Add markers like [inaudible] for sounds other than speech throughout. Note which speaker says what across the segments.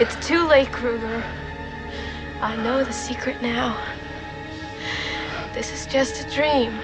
Speaker 1: It's too late, Kruger. I know the secret now. This is just a dream.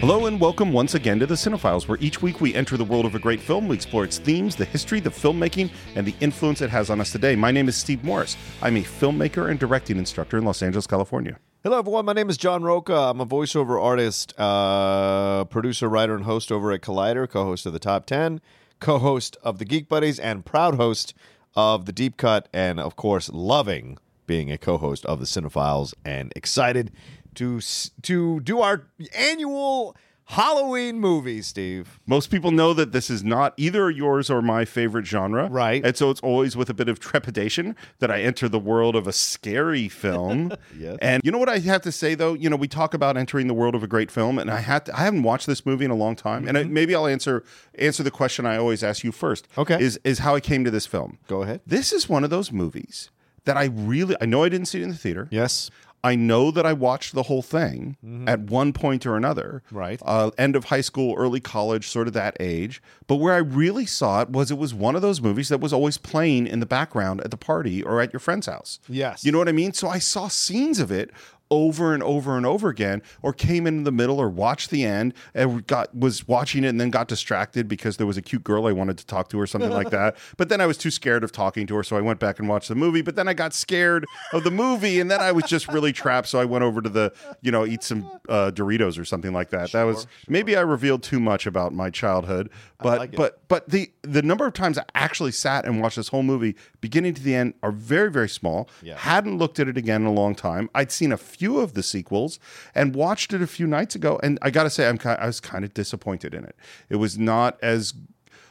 Speaker 2: Hello and welcome once again to the Cinephiles, where each week we enter the world of a great film. We explore its themes, the history, the filmmaking, and the influence it has on us today. My name is Steve Morris. I'm a filmmaker and directing instructor in Los Angeles, California.
Speaker 3: Hello, everyone. My name is John Roca. I'm a voiceover artist, uh, producer, writer, and host over at Collider, co host of the Top 10, co host of the Geek Buddies, and proud host of the Deep Cut, and of course, loving being a co host of the Cinephiles, and excited to, s- to do our annual Halloween movie, Steve.
Speaker 2: Most people know that this is not either yours or my favorite genre.
Speaker 3: Right.
Speaker 2: And so it's always with a bit of trepidation that I enter the world of a scary film.
Speaker 3: [laughs] Yes.
Speaker 2: And you know what I have to say though? You know, we talk about entering the world of a great film, and I had to, I haven't watched this movie in a long time. And I,
Speaker 3: Mm-hmm.
Speaker 2: maybe I'll answer answer the question I always ask you first.
Speaker 3: Okay.
Speaker 2: Is is how I came to this film.
Speaker 3: Go ahead.
Speaker 2: This is one of those movies that I really I know I didn't see it in the theater.
Speaker 3: Yes.
Speaker 2: I know that I watched the whole thing at one point or another.
Speaker 3: Right.
Speaker 2: Uh, end of high school, early college, sort of that age. But where I really saw it was it was one of those movies that was always playing in the background at the party or at your friend's house.
Speaker 3: Yes.
Speaker 2: You know what I mean? So I saw scenes of it over and over and over again or came in the middle or watched the end and got was watching it and then got distracted because there was a cute girl I wanted to talk to or something like that
Speaker 3: [laughs]
Speaker 2: but then I was too scared of talking to her so I went back and watched the movie but then I got scared of the movie and then I was just really trapped so I went over to the you know eat some uh, Doritos or something like that that was maybe I revealed too much about my childhood but
Speaker 3: like it.
Speaker 2: but but the the number of times I actually sat and watched this whole movie beginning to the end are very very small
Speaker 3: Yeah.
Speaker 2: hadn't looked at it again in a long time. I'd seen a few of the sequels and watched it a few nights ago, and I gotta say, I'm kind, I was kind of disappointed in it. It was not as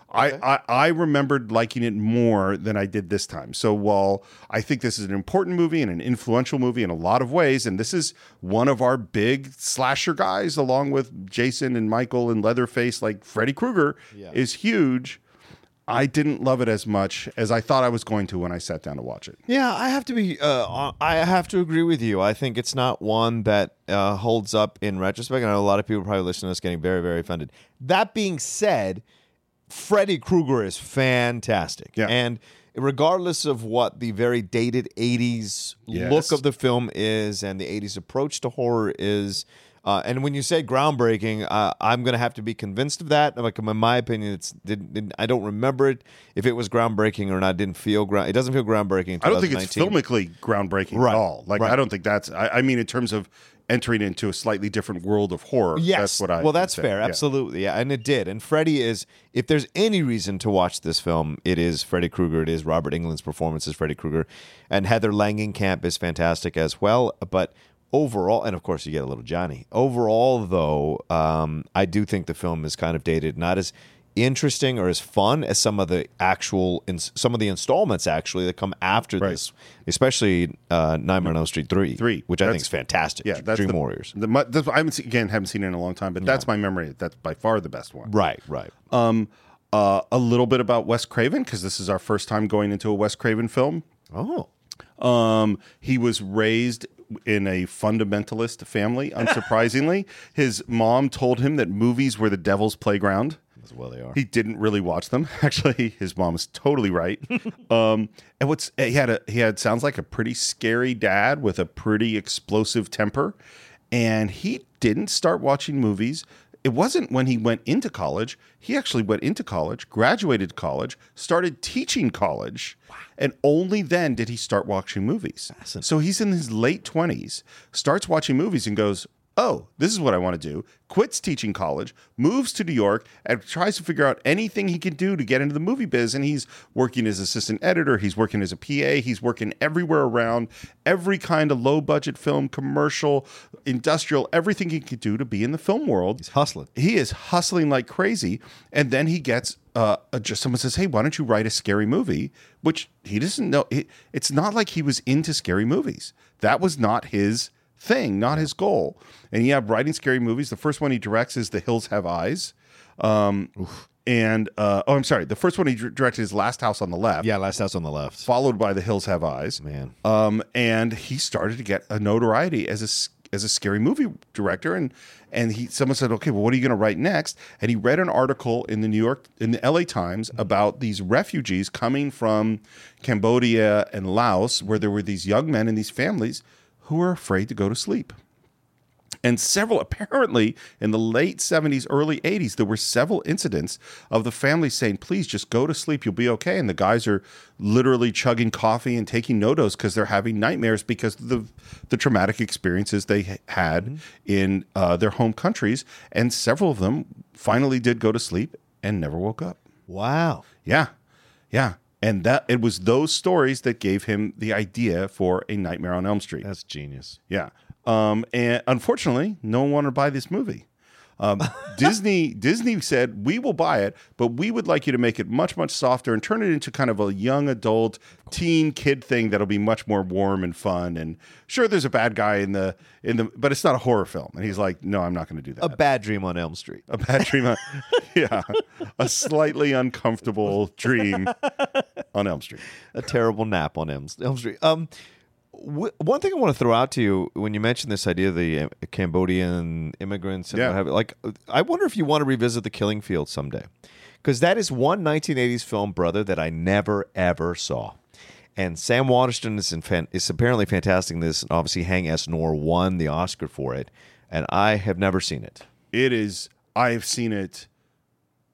Speaker 2: I, I I remembered liking it more than I did this time. So while I think this is an important movie and an influential movie in a lot of ways, and this is one of our big slasher guys, along with Jason and Michael and Leatherface, like Freddy Krueger,
Speaker 3: Yeah.
Speaker 2: is huge. I didn't love it as much as I thought I was going to when I sat down to watch it.
Speaker 3: Yeah, I have to be. Uh, on- I have to agree with you. I think it's not one that uh, holds up in retrospect. I know a lot of people probably listening to this getting very, very offended. That being said, Freddy Krueger is fantastic.
Speaker 2: Yeah.
Speaker 3: And regardless of what the very dated 80s
Speaker 2: Yes.
Speaker 3: look of the film is and the 80s approach to horror is, uh, and when you say groundbreaking, uh, I'm going to have to be convinced of that. Like, in my opinion, it's didn't, didn't- I don't remember it if it was groundbreaking or not. It didn't feel ground. It doesn't feel groundbreaking. in
Speaker 2: I don't think it's
Speaker 3: 2019.
Speaker 2: filmically groundbreaking
Speaker 3: Right,
Speaker 2: at all. Like
Speaker 3: right.
Speaker 2: I don't think that's. I, I mean, in terms of entering into a slightly different world of horror.
Speaker 3: Yes.
Speaker 2: that's what I.
Speaker 3: well,
Speaker 2: would
Speaker 3: that's
Speaker 2: say.
Speaker 3: fair.
Speaker 2: Yeah.
Speaker 3: Absolutely. Yeah. And it did. And Freddy is, if there's any reason to watch this film, it is Freddy Krueger. It is Robert England's performance as Freddy Krueger. And Heather Langenkamp is fantastic as well. But overall, and of course, you get a little Johnny. Overall, though, um, I do think the film is kind of dated, not as interesting or as fun as some of the actual in some of the installments actually that come after
Speaker 2: Right.
Speaker 3: this especially uh nightmare on elm street 3
Speaker 2: Three.
Speaker 3: which i think
Speaker 2: That's-
Speaker 3: is fantastic
Speaker 2: Yeah, that's
Speaker 3: dream
Speaker 2: the,
Speaker 3: warriors
Speaker 2: The, mu- that's, I haven't seen, again haven't seen it in a long time, but that's my memory. That's by far the best one.
Speaker 3: right right
Speaker 2: Um, uh, a little bit about Wes Craven because this is our first time going into a Wes Craven film.
Speaker 3: oh
Speaker 2: Um, he was raised in a fundamentalist [laughs] family, unsurprisingly. His mom told him that movies were the devil's playground.
Speaker 3: As well they are.
Speaker 2: He didn't really watch them. [laughs] Actually, his mom is totally right. um, and what's he had a he had sounds like a pretty scary dad with a pretty explosive temper, and he didn't start watching movies. It wasn't when he went into college. He actually went into college, graduated college, started teaching college, and only then did he start watching movies. So he's in his late twenties, starts watching movies, and goes, oh, this is what I want to do, quits teaching college, moves to New York, and tries to figure out anything he can do to get into the movie biz. And he's working as assistant editor, he's working as a PA, he's working everywhere around, every kind of low budget film, commercial, industrial, everything he could do to be in the film world
Speaker 3: He's hustling.
Speaker 2: he is hustling like crazy and then he gets uh, a- just someone says hey why don't you write a scary movie which he doesn't know it, it's not like he was into scary movies that was not his thing not his goal and yeah writing scary movies the first one he directs is the hills have eyes um, and uh, oh i'm sorry the first one he dir- directed is last house on the left
Speaker 3: Yeah, last house on the left.
Speaker 2: followed by the hills have eyes
Speaker 3: Man.
Speaker 2: um, and he started to get a notoriety as a s- as a scary movie director, and and he someone said, okay, well, what are you going to write next? And he read an article in the New York in the L.A. Times about these refugees coming from Cambodia and Laos, where there were these young men and these families who were afraid to go to sleep. And several, apparently, in the late 70s, early 80s, there were several incidents of the family saying, please just go to sleep, you'll be okay. And the guys are literally chugging coffee and taking nodos because they're having nightmares because of the, the traumatic experiences they ha- had in uh, their home countries. And several of them finally did go to sleep and never woke up.
Speaker 3: Wow.
Speaker 2: Yeah. Yeah. And that it was those stories that gave him the idea for A Nightmare on Elm Street.
Speaker 3: That's genius.
Speaker 2: Yeah. Um, and unfortunately, no one wanted to buy this movie. Um, Disney Disney said we will buy it, but we would like you to make it much much softer and turn it into kind of a young adult teen kid thing that'll be much more warm and fun. And sure, there's a bad guy in the in the, but it's not a horror film. And he's like, no, I'm not going to do that.
Speaker 3: A bad dream on Elm Street.
Speaker 2: A bad dream. on- [laughs] yeah. A slightly uncomfortable dream on Elm Street.
Speaker 3: a terrible nap on Elm, Elm Street. Um, w- one thing I want to throw out to you when you mentioned this idea of the uh, Cambodian immigrants and
Speaker 2: Yeah.
Speaker 3: what have you, like, uh, I wonder if you want to revisit the Killing Field someday, because that is one 1980s film, brother, that I never ever saw. And Sam Waterston is, in fan- is apparently fantastic in this, and obviously Hang S. Nor won the Oscar for it, and I have never seen it.
Speaker 2: It is. I have seen it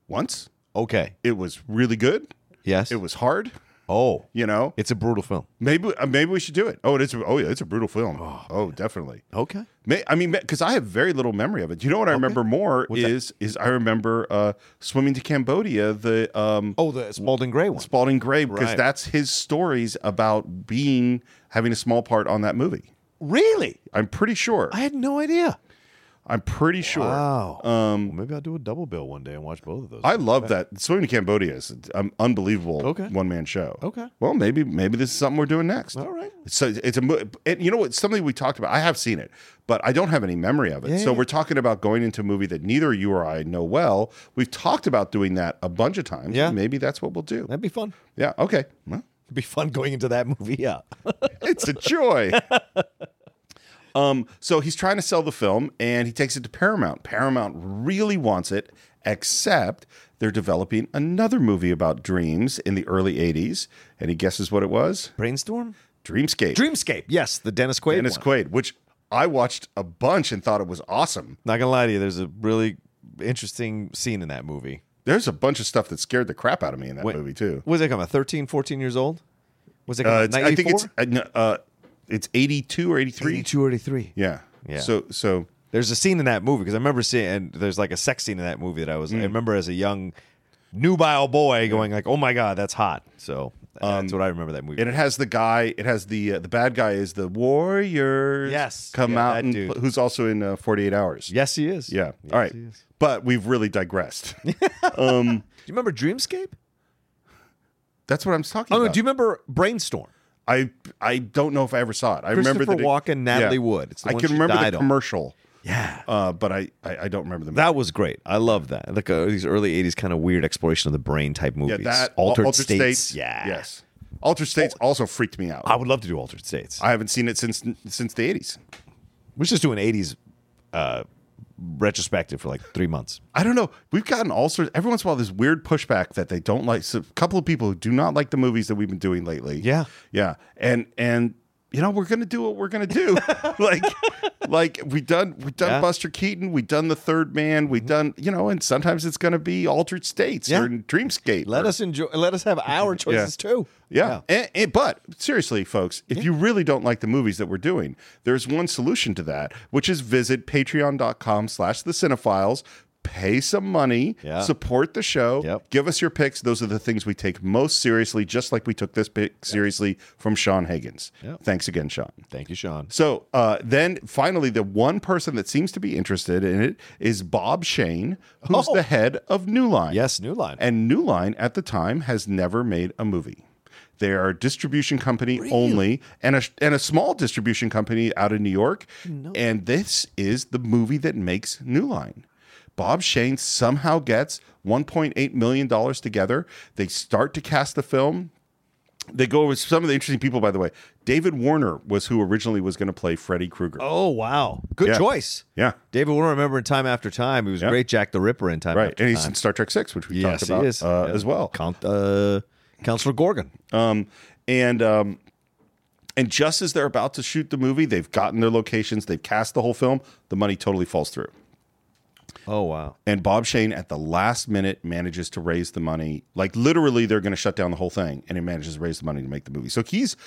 Speaker 2: once.
Speaker 3: Okay,
Speaker 2: It was really good.
Speaker 3: yes,
Speaker 2: It was hard.
Speaker 3: Oh,
Speaker 2: You know,
Speaker 3: it's a brutal film.
Speaker 2: Maybe uh, maybe we should do it. Oh, it's oh yeah, it's a brutal film. Oh, definitely.
Speaker 3: Okay,
Speaker 2: May, I mean, because I have very little memory of it. You know what I remember more
Speaker 3: What's that?
Speaker 2: is is I remember uh, swimming to Cambodia. The um,
Speaker 3: oh, the Spalding Gray one.
Speaker 2: Spalding Gray because
Speaker 3: Right.
Speaker 2: that's his stories about being having a small part on that movie.
Speaker 3: Really,
Speaker 2: I'm pretty sure.
Speaker 3: I had no idea.
Speaker 2: I'm pretty sure.
Speaker 3: Wow. Um, maybe I'll do a double bill one day and watch both of those.
Speaker 2: I love that swimming to Cambodia is an unbelievable
Speaker 3: Okay.
Speaker 2: one man show.
Speaker 3: Okay.
Speaker 2: Well, maybe maybe this is something we're doing next.
Speaker 3: All right.
Speaker 2: So it's a mo- and you know what? Something we talked about. I have seen it, but I don't have any memory of it. so
Speaker 3: yeah.
Speaker 2: we're talking about going into a movie that neither you or I know well. We've talked about doing that a bunch of times.
Speaker 3: Yeah.
Speaker 2: Maybe that's what we'll do.
Speaker 3: That'd be fun.
Speaker 2: Yeah. Okay. Well,
Speaker 3: It'd be fun going into that movie. Yeah.
Speaker 2: it's
Speaker 3: [laughs]
Speaker 2: a joy. um, so he's trying to sell the film and he takes it to Paramount. Paramount really wants it, except they're developing another movie about dreams in the early 80s. And he guesses what it was?
Speaker 3: Brainstorm?
Speaker 2: Dreamscape.
Speaker 3: Dreamscape. Yes, the Dennis Quaid.
Speaker 2: Dennis
Speaker 3: one.
Speaker 2: Quaid, which I watched a bunch and thought it was awesome.
Speaker 3: Not gonna lie to you, there's a really interesting scene in that movie.
Speaker 2: There's a bunch of stuff that scared the crap out of me in that
Speaker 3: Wait.
Speaker 2: movie, too.
Speaker 3: What was that come out? 13, 14 years old? Was it
Speaker 2: Uh,
Speaker 3: come
Speaker 2: it's-
Speaker 3: out
Speaker 2: I think
Speaker 3: 94?
Speaker 2: it's uh, no, uh, it's 82 or 83.
Speaker 3: 82 or 83.
Speaker 2: Yeah.
Speaker 3: Yeah.
Speaker 2: So, so
Speaker 3: There's a scene in that movie because I remember seeing, and there's like a sex scene in that movie that I was,
Speaker 2: Mm.
Speaker 3: I remember as a young, nubile boy going like, oh my God, that's hot. So that's what I remember that movie.
Speaker 2: Um, and it has the guy. It has the uh, the bad guy is the warrior.
Speaker 3: Yes.
Speaker 2: come
Speaker 3: Yeah,
Speaker 2: out
Speaker 3: that
Speaker 2: and
Speaker 3: dude.
Speaker 2: pl- who's also in uh, Forty Eight Hours.
Speaker 3: yes, he is.
Speaker 2: yeah.
Speaker 3: Yes,
Speaker 2: All right,
Speaker 3: he is.
Speaker 2: but we've really
Speaker 3: [laughs]
Speaker 2: digressed.
Speaker 3: Do you remember Dreamscape?
Speaker 2: That's what I'm talking
Speaker 3: Oh no,
Speaker 2: about.
Speaker 3: do you remember Brainstorm?
Speaker 2: I I don't know if I ever saw it. I remember that
Speaker 3: Christopher
Speaker 2: it-
Speaker 3: Walken, Natalie Wood. It's the
Speaker 2: I
Speaker 3: one
Speaker 2: can
Speaker 3: she
Speaker 2: remember
Speaker 3: died
Speaker 2: the
Speaker 3: on.
Speaker 2: commercial,
Speaker 3: Yeah.
Speaker 2: uh, but I, I I don't remember the
Speaker 3: Oh, That was great. I love that. Like uh, these early '80s kind of weird exploration of the brain type
Speaker 2: yeah
Speaker 3: movies.
Speaker 2: that
Speaker 3: altered,
Speaker 2: Al-
Speaker 3: states. Yeah. Oh.
Speaker 2: Yes. Altered States also freaked me out.
Speaker 3: I would love to do altered states.
Speaker 2: I haven't seen it since since the 80s.
Speaker 3: Let's just do an '80s uh, retrospective for like three months.
Speaker 2: I don't know. We've gotten all sorts. Every once in a while, this weird pushback that they don't like. So, a couple of people who do not like the movies that we've been doing lately.
Speaker 3: Yeah.
Speaker 2: yeah, and and you know we're gonna do what we're gonna
Speaker 3: [laughs]
Speaker 2: do. like, like we done we done
Speaker 3: Yeah. Mm-hmm.
Speaker 2: Buster Keaton. We done the Third Man. We done you know, and sometimes it's gonna be Altered States
Speaker 3: Yeah.
Speaker 2: or Dreamscape.
Speaker 3: Let
Speaker 2: or-
Speaker 3: us enjoy. Let us have [laughs] our choices too.
Speaker 2: yeah. And, and- but seriously, folks, if you really don't like the movies that we're doing, there's one solution to that, which is visit patreon.com slash the cinephiles, pay some money,
Speaker 3: Yeah.
Speaker 2: support the show,
Speaker 3: Yep.
Speaker 2: give us your picks. Those are the things we take most seriously, just like we took this pick seriously from Sean Higgins.
Speaker 3: Yep.
Speaker 2: Thanks again, Sean.
Speaker 3: Thank you, Sean.
Speaker 2: So uh, then finally, the one person that seems to be interested in it is Bob Shane, who's
Speaker 3: Oh.
Speaker 2: the head of New Line.
Speaker 3: Yes, New Line.
Speaker 2: And New Line at the time has never made a movie. They are a distribution company only and a, and a small distribution company out of New York. And this is the movie that makes New Line. Bob Shane somehow gets $1.8 million together. They start to cast the film They go with some of the interesting people, by the way. David Warner was who originally was going to play Freddy Krueger.
Speaker 3: Oh wow, good
Speaker 2: Yeah.
Speaker 3: choice.
Speaker 2: Yeah.
Speaker 3: David Warner, remember in Time After Time, he was
Speaker 2: Yeah.
Speaker 3: great Jack the Ripper in Time
Speaker 2: Right.
Speaker 3: After
Speaker 2: And he's
Speaker 3: Time.
Speaker 2: in Star Trek 6, which we
Speaker 3: yes,
Speaker 2: talked about
Speaker 3: he is
Speaker 2: Uh,
Speaker 3: Yeah.
Speaker 2: as well.
Speaker 3: Count, uh, Counselor Gorgon.
Speaker 2: Um, and um, and just as they're about to shoot the movie, they've gotten their locations, they've cast the whole film. The money totally falls through,
Speaker 3: Oh wow,
Speaker 2: and Bob Shane at the last minute manages to raise the money. Like literally, they're going to shut down the whole thing, and he manages to raise the money to make the movie. So he's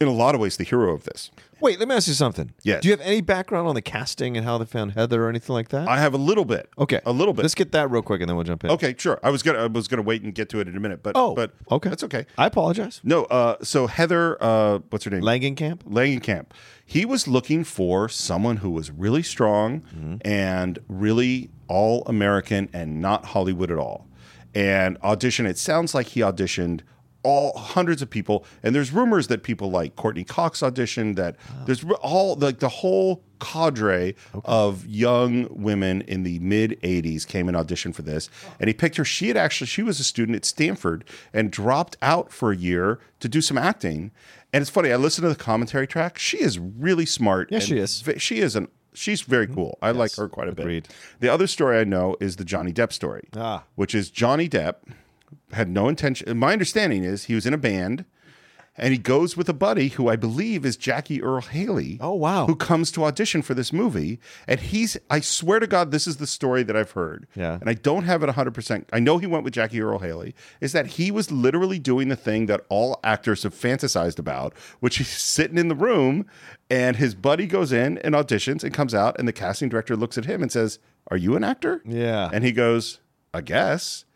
Speaker 2: in a lot of ways the hero of this.
Speaker 3: Wait, let me ask you something.
Speaker 2: Yes.
Speaker 3: Do you have any background on the casting and how they found Heather or anything like that?
Speaker 2: I have a little bit,
Speaker 3: okay.
Speaker 2: a little bit.
Speaker 3: Let's get that real quick and then we'll jump in.
Speaker 2: okay, sure. I was gonna I was gonna wait and get to it in a minute, but
Speaker 3: Oh,
Speaker 2: but
Speaker 3: okay.
Speaker 2: that's okay.
Speaker 3: I apologize.
Speaker 2: No, uh, so Heather, uh, what's her name?
Speaker 3: Langenkamp?
Speaker 2: Langenkamp. He was looking for someone who was really strong and really all American and not Hollywood at all. And audition, it sounds like he auditioned all hundreds of people. And there's rumors that people like Courtney Cox auditioned, that there's r- all like the whole cadre of young women in the mid 80s came and auditioned for this. And he picked her. She had actually, she was a student at Stanford and dropped out for a year to do some acting. And it's funny, I listened to the commentary track. She is really smart.
Speaker 3: Yeah, she
Speaker 2: and
Speaker 3: is. Mm-hmm.
Speaker 2: ve- She is an, she's very cool. I like her quite a bit.
Speaker 3: agreed.
Speaker 2: The other story I know is the Johnny Depp story,
Speaker 3: Ah.
Speaker 2: which is Johnny Depp had no intention. My understanding is he was in a band and he goes with a buddy who I believe is Jackie Earl Haley.
Speaker 3: Oh, wow.
Speaker 2: Who comes to audition for this movie. And he's, I swear to God, this is the story that I've heard.
Speaker 3: Yeah.
Speaker 2: And I don't have it 100%. I know he went with Jackie Earl Haley, is that he was literally doing the thing that all actors have fantasized about, which is sitting in the room and his buddy goes in and auditions and comes out. And the casting director looks at him and says, Are you an actor?
Speaker 3: Yeah.
Speaker 2: And he goes, I guess.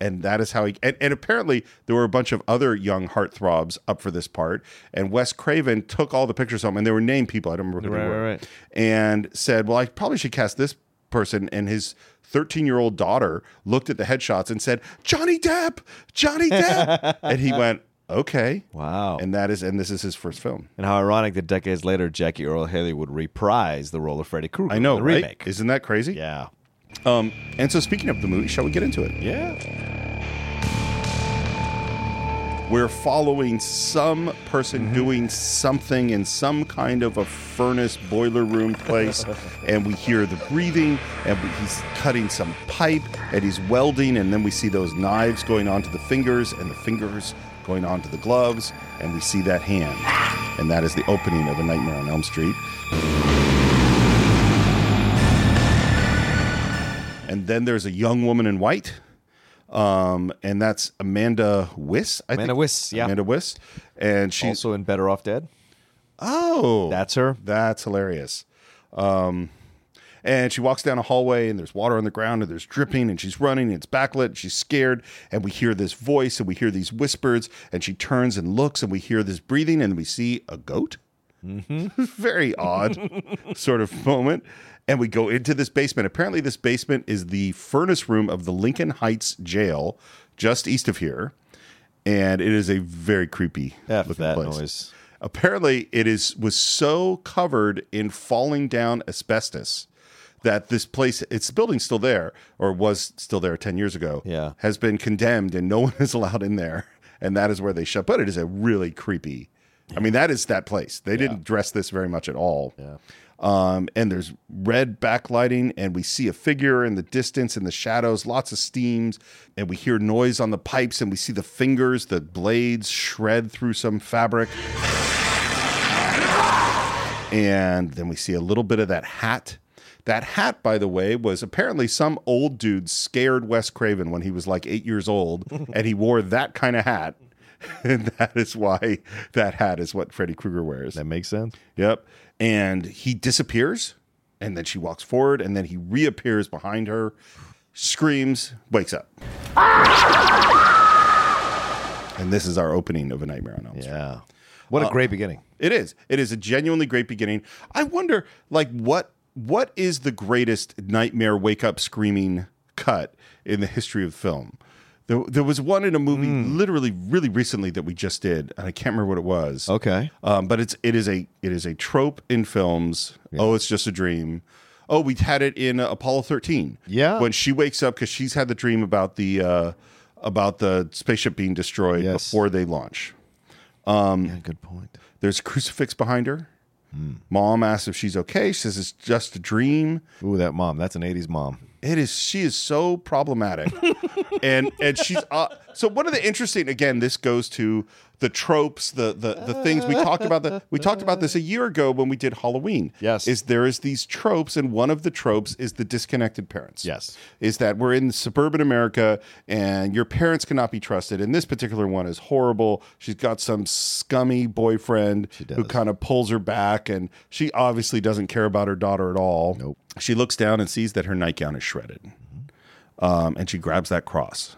Speaker 2: And that is how he. And, and apparently, there were a bunch of other young heartthrobs up for this part. And Wes Craven took all the pictures home, and they were named people. I don't remember who
Speaker 3: Right,
Speaker 2: they were.
Speaker 3: right, right.
Speaker 2: And said, Well, I probably should cast this person. And his 13 year old daughter looked at the headshots and said, Johnny Depp, Johnny
Speaker 3: [laughs]
Speaker 2: Depp. and he went, Okay.
Speaker 3: Wow. And,
Speaker 2: And that is, and this is his first film.
Speaker 3: how ironic that decades later, Jackie Earl Haley would reprise the role of Freddy Krueger.
Speaker 2: I know,
Speaker 3: in the
Speaker 2: right?
Speaker 3: remake.
Speaker 2: Isn't that crazy?
Speaker 3: Yeah.
Speaker 2: Um, and so, speaking of the movie, shall we get into it?
Speaker 3: Yeah.
Speaker 2: We're following some person
Speaker 3: Mm-hmm.
Speaker 2: doing something in some kind of a furnace boiler room place,
Speaker 3: [laughs]
Speaker 2: and we hear the breathing, and we, he's cutting some pipe, and he's welding, and then we see those knives going onto the fingers, and the fingers going onto the gloves, and we see that hand. And that is the opening of A Nightmare on Elm Street. And then there's a young woman in white. Um, and that's Amanda Wiss. I
Speaker 3: Amanda
Speaker 2: think.
Speaker 3: Wiss, yeah.
Speaker 2: Amanda Wiss, and she's
Speaker 3: Also in Better Off Dead.
Speaker 2: oh,
Speaker 3: That's her.
Speaker 2: that's hilarious. Um, and she walks down a hallway, and there's water on the ground, and there's dripping, and she's running, and it's backlit, and she's scared, and we hear this voice, and we hear these whispers, and she turns and looks, and we hear this breathing, and we see a goat.
Speaker 3: Mm-hmm.
Speaker 2: [laughs] Very odd sort of moment. And we go into this basement. Apparently, this basement is the furnace room of the Lincoln Heights jail just east of here. And it is a very creepy
Speaker 3: F
Speaker 2: looking
Speaker 3: that
Speaker 2: place
Speaker 3: noise.
Speaker 2: apparently it is was so covered in falling down asbestos that this place its building's still there or was still there 10 years ago
Speaker 3: Yeah.
Speaker 2: has been condemned and no [laughs] one is allowed in there and that is where they shut but it is a really creepy i mean that is that place they didn't dress this very much at all
Speaker 3: Yeah.
Speaker 2: um, and there's red backlighting, and we see a figure in the distance in the shadows, lots of steams, and we hear noise on the pipes, and we see the fingers, the blades shred through some fabric. And then we see a little bit of that hat. That hat, by the way, was apparently some old dude scared Wes Craven when he was like eight years old, and he wore that kind of hat. [laughs] And that is why that hat is what Freddy Krueger wears.
Speaker 3: That makes sense.
Speaker 2: Yep. And he disappears, and then she walks forward, and then he reappears behind her, screams, wakes up. and this is our opening of A Nightmare on Elm Street.
Speaker 3: Yeah. What
Speaker 2: Uh,
Speaker 3: a great beginning.
Speaker 2: It is. It is a genuinely great beginning. I wonder, like, what what is the greatest nightmare wake up screaming cut in the history of film? There, there was one in a movie literally really recently that we just did, and I can't remember what it was.
Speaker 3: Okay.
Speaker 2: Um, but it's it is a it is a trope in films. Oh, it's just a dream. Oh, we had it in uh, Apollo thirteen.
Speaker 3: Yeah.
Speaker 2: when she wakes up because she's had the dream about the uh, about the spaceship being destroyed
Speaker 3: Yes.
Speaker 2: before they launch. um,
Speaker 3: Yeah, good point.
Speaker 2: There's a crucifix behind her.
Speaker 3: Hmm.
Speaker 2: Mom asks if she's okay. She says it's just a dream.
Speaker 3: Ooh, that mom. That's an 80s mom.
Speaker 2: It is. She is so problematic,
Speaker 3: [laughs]
Speaker 2: and and she's uh, so one of the interesting. Again, this goes to the tropes, the the the things we talked about. The we talked about this a year ago when we did Halloween.
Speaker 3: Yes.
Speaker 2: is there is these tropes, and one of the tropes is the disconnected parents.
Speaker 3: Yes.
Speaker 2: is that we're in suburban America, and your parents cannot be trusted. And this particular one is horrible. She's got some scummy boyfriend who
Speaker 3: does.
Speaker 2: kind of pulls her back, and she obviously doesn't care about her daughter at all.
Speaker 3: Nope.
Speaker 2: She looks down and sees that her nightgown is shredded, um, and she grabs that cross.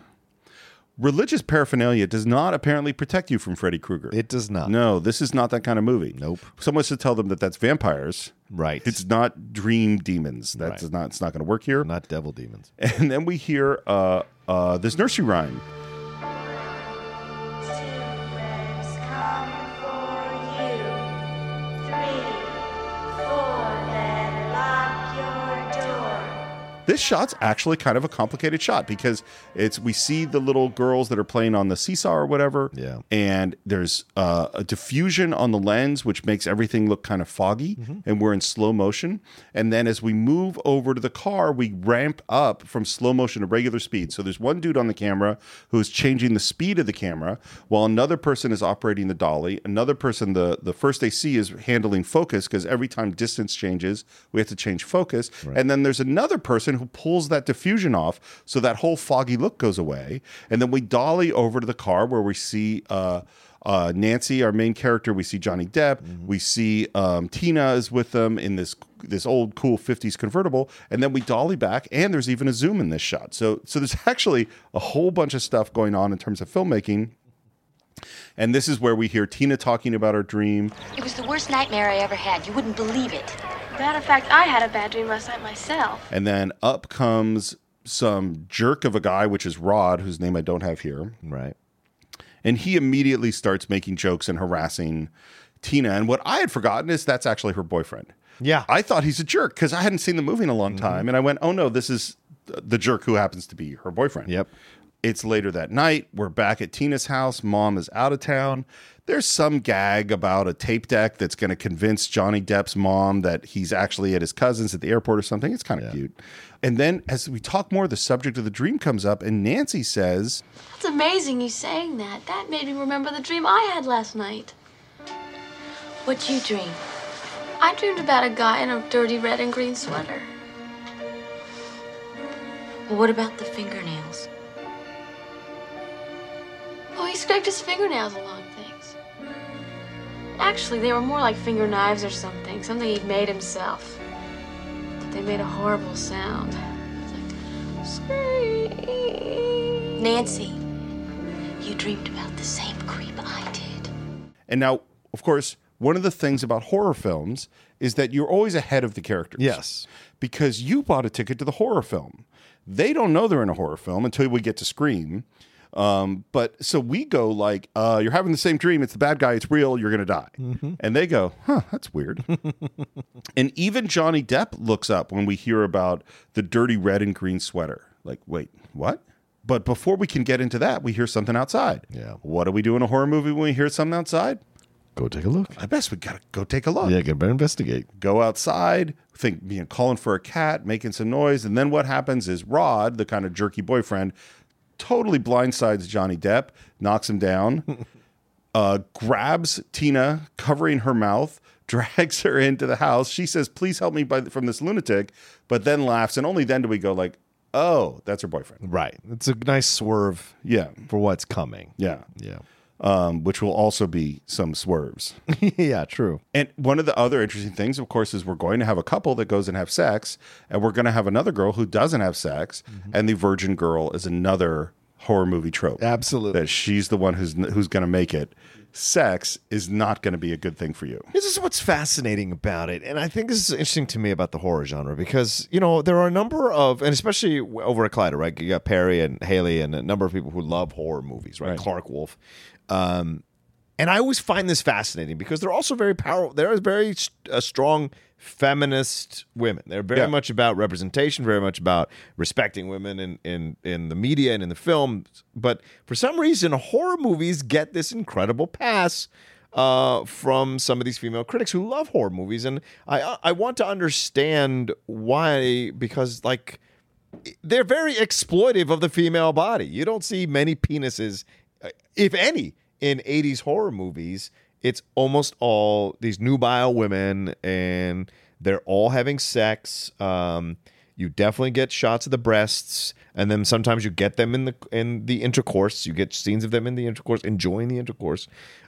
Speaker 2: Religious paraphernalia does not apparently protect you from Freddy Krueger.
Speaker 3: It does not.
Speaker 2: no, this is not that kind of movie.
Speaker 3: Nope.
Speaker 2: Someone should tell them that that's vampires.
Speaker 3: Right.
Speaker 2: It's not dream demons. That's
Speaker 3: Right.
Speaker 2: not. It's not going to work here.
Speaker 3: not devil demons.
Speaker 2: And then we hear uh, uh, this nursery rhyme.
Speaker 4: Two birds come for you. Three, four, then lock your door.
Speaker 2: This shot's actually kind of a complicated shot because it's we see the little girls that are playing on the seesaw or whatever.
Speaker 3: Yeah.
Speaker 2: And there's uh, a diffusion on the lens, which makes everything look kind of foggy, and we're in slow motion. And then as we move over to the car, we ramp up from slow motion to regular speed. So there's one dude on the camera who's changing the speed of the camera, while another person is operating the dolly. Another person, the the first AC is handling focus because every time distance changes, we have to change focus. And then there's another person who pulls that diffusion off, so that whole foggy look goes away. And then we dolly over to the car where we see. Uh, uh, Nancy, our main character, we see Johnny Depp, we see um, Tina is with them in this this old cool '50s convertible, and then we dolly back, and there's even a zoom in this shot. So, so there's [laughs] actually a whole bunch of stuff going on in terms of filmmaking, and this is where we hear Tina talking about her dream.
Speaker 5: It was the worst nightmare I ever had. You wouldn't believe it.
Speaker 1: Matter of fact, I had a bad dream last night myself.
Speaker 2: And then up comes some jerk of a guy, which is Rod, whose name I don't have here.
Speaker 3: Right.
Speaker 2: And he immediately starts making jokes and harassing Tina. And what I had forgotten is that's actually her boyfriend.
Speaker 3: Yeah.
Speaker 2: I thought he's a jerk because I hadn't seen the movie in a long time. And I went, oh no, this is the jerk who happens to be her boyfriend.
Speaker 3: Yep.
Speaker 2: It's later that night. We're back at Tina's house. Mom is out of town. There's some gag about a tape deck that's going to convince Johnny Depp's mom that he's actually at his cousin's at the airport or something. It's kind of cute. And then as we talk more, the subject of the dream comes up, and Nancy says,
Speaker 6: It's amazing you saying that. That made me remember the dream I had last night.
Speaker 5: What'd you dream?
Speaker 6: I dreamed about a guy in a dirty red and green sweater.
Speaker 5: Well, what about the fingernails?
Speaker 6: Oh, he scraped his fingernails along things. Actually, they were more like finger knives or something, something he'd made himself. But they made a horrible sound. It's like, scream.
Speaker 5: Nancy, you dreamed about the same creep I did.
Speaker 2: And now, of course, one of the things about horror films is that you're always ahead of the characters.
Speaker 3: Yes.
Speaker 2: Because you bought a ticket to the horror film. They don't know they're in a horror film until we get to Scream. Um, but so we go like, uh, you're having the same dream. It's the bad guy. It's real. You're going to die. And they go, huh, that's weird. and even Johnny Depp looks up when we hear about the dirty red and green sweater. Like, wait, what? But before we can get into that, we hear something outside.
Speaker 3: Yeah.
Speaker 2: What do we do in a horror movie when we hear something outside?
Speaker 3: Go take a look.
Speaker 2: I guess we gotta go take a look.
Speaker 3: Yeah, get better investigate.
Speaker 2: Go outside, think, you know, calling for a cat, making some noise, and then what happens is Rod, the kind of jerky boyfriend, totally blindsides Johnny Depp, knocks him down, uh, grabs Tina, covering her mouth, [laughs] drags her into the house. She says, "Please help me by from this lunatic," but then laughs, and only then do we go like, "Oh, that's her boyfriend."
Speaker 3: Right. It's a nice swerve
Speaker 2: Yeah,
Speaker 3: for what's coming.
Speaker 2: yeah,
Speaker 3: Yeah.
Speaker 2: um, which will also be some swerves.
Speaker 3: [laughs] yeah, true.
Speaker 2: And one of the other interesting things, of course, is we're going to have a couple that goes and have sex, and we're going to have another girl who doesn't have sex,
Speaker 3: Mm-hmm.
Speaker 2: and the virgin girl is another horror movie trope.
Speaker 3: Absolutely.
Speaker 2: That she's the one who's who's going to make it. Sex is not going to be a good thing for you.
Speaker 3: This is what's fascinating about it. And I think this is interesting to me about the horror genre because, you know, there are a number of, and especially w- over at Collider, right? You got Perry and Haley and a number of people who love horror movies, right?
Speaker 2: Right.
Speaker 3: Clark Wolf. Um, and I always find this fascinating because they're also very powerful. There is very st- a strong feminist women. They're very
Speaker 2: Yeah.
Speaker 3: much about representation, very much about respecting women in, in, in the media and in the film. But for some reason, horror movies get this incredible pass uh, from some of these female critics who love horror movies. And I, I want to understand why, because, like, they're very exploitive of the female body. You don't see many penises, uh, if any, in 80s horror movies. It's almost all these nubile women, and they're all having sex. Um, you definitely get shots of the breasts, and then sometimes you get them in the in the intercourse. You get scenes of them in the intercourse, enjoying the intercourse,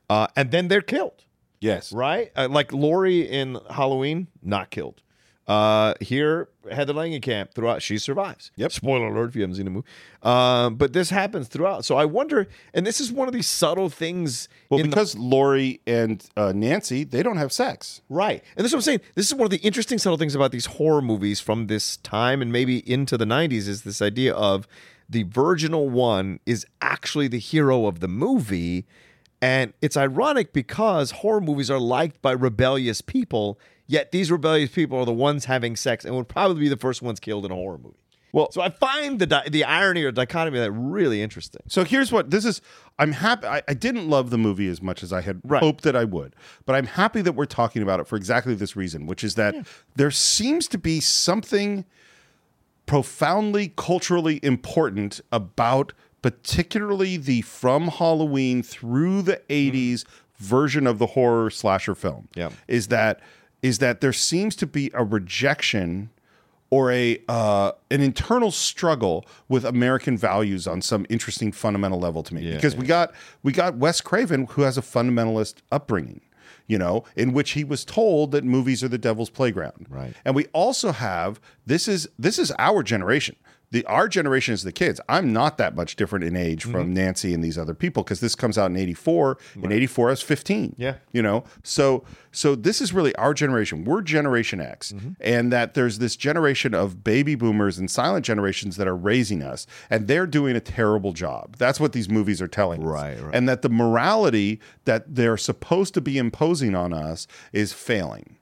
Speaker 3: uh, and then they're killed
Speaker 2: Yes.
Speaker 3: right? Uh, like Lori in Halloween, not killed. Uh, here, Heather Langenkamp throughout, she survives.
Speaker 2: Yep.
Speaker 3: Spoiler alert if you haven't seen the movie. Um, but this happens throughout. So I wonder, and this is one of these subtle things.
Speaker 2: Well,
Speaker 3: in the-
Speaker 2: because Lori and uh, Nancy, they don't have sex.
Speaker 3: Right. And this is what I'm saying. This is one of the interesting subtle things about these horror movies from this time and maybe into the 90s is this idea of the virginal one is actually the hero of the movie. And it's ironic because horror movies are liked by rebellious people, yet these rebellious people are the ones having sex and would probably be the first ones killed in a horror movie.
Speaker 2: Well-
Speaker 3: so I find the di- the irony or dichotomy of that really interesting.
Speaker 2: So here's what this is. I'm happy. I, I didn't love the movie as much as I had
Speaker 3: Right.
Speaker 2: hoped that I would, but I'm happy that we're talking about it for exactly this reason, which is that there seems to be something profoundly culturally important about particularly the from Halloween through the 80s version of the horror slasher film.
Speaker 3: Yeah.
Speaker 2: Is that is that there seems to be a rejection or a uh, an internal struggle with American values on some interesting fundamental level to me because we got we got Wes Craven who has a fundamentalist upbringing, you know, in which he was told that movies are the devil's playground.
Speaker 3: Right.
Speaker 2: And we also have this is this is our generation. The our generation is the kids. I'm not that much different in age
Speaker 3: Mm-hmm.
Speaker 2: from Nancy and these other people because this comes out in 84. In 84 I was 15.
Speaker 3: Yeah.
Speaker 2: You know. So so this is really our generation. We're generation X.
Speaker 3: Mm-hmm.
Speaker 2: And that there's this generation of baby boomers and silent generations that are raising us and they're doing a terrible job. That's what these movies are telling us.
Speaker 3: Right, right.
Speaker 2: And that the morality that they're supposed to be imposing on us is failing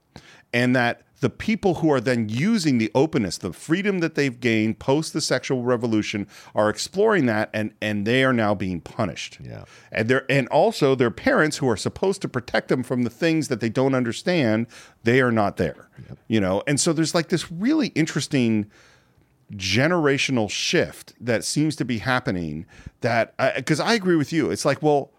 Speaker 2: and that the people who are then using the openness, the freedom that they've gained post the sexual revolution, are exploring that, and and they are now being punished.
Speaker 3: Yeah.
Speaker 2: and they're and also their parents who are supposed to protect them from the things that they don't understand, they are not there. You know, and so there's like this really interesting generational shift that seems to be happening. That because I agree with you, it's like well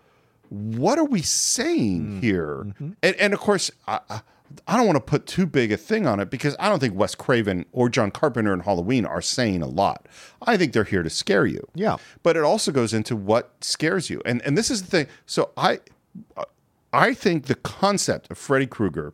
Speaker 2: what are we saying here? And, and of course, I, I- I don't want to put too big a thing on it because I don't think Wes Craven or John Carpenter and Halloween are saying a lot. I think they're here to scare you.
Speaker 3: Yeah.
Speaker 2: But it also goes into what scares you. And, and this is the thing. So I, uh, I think the concept of Freddy Krueger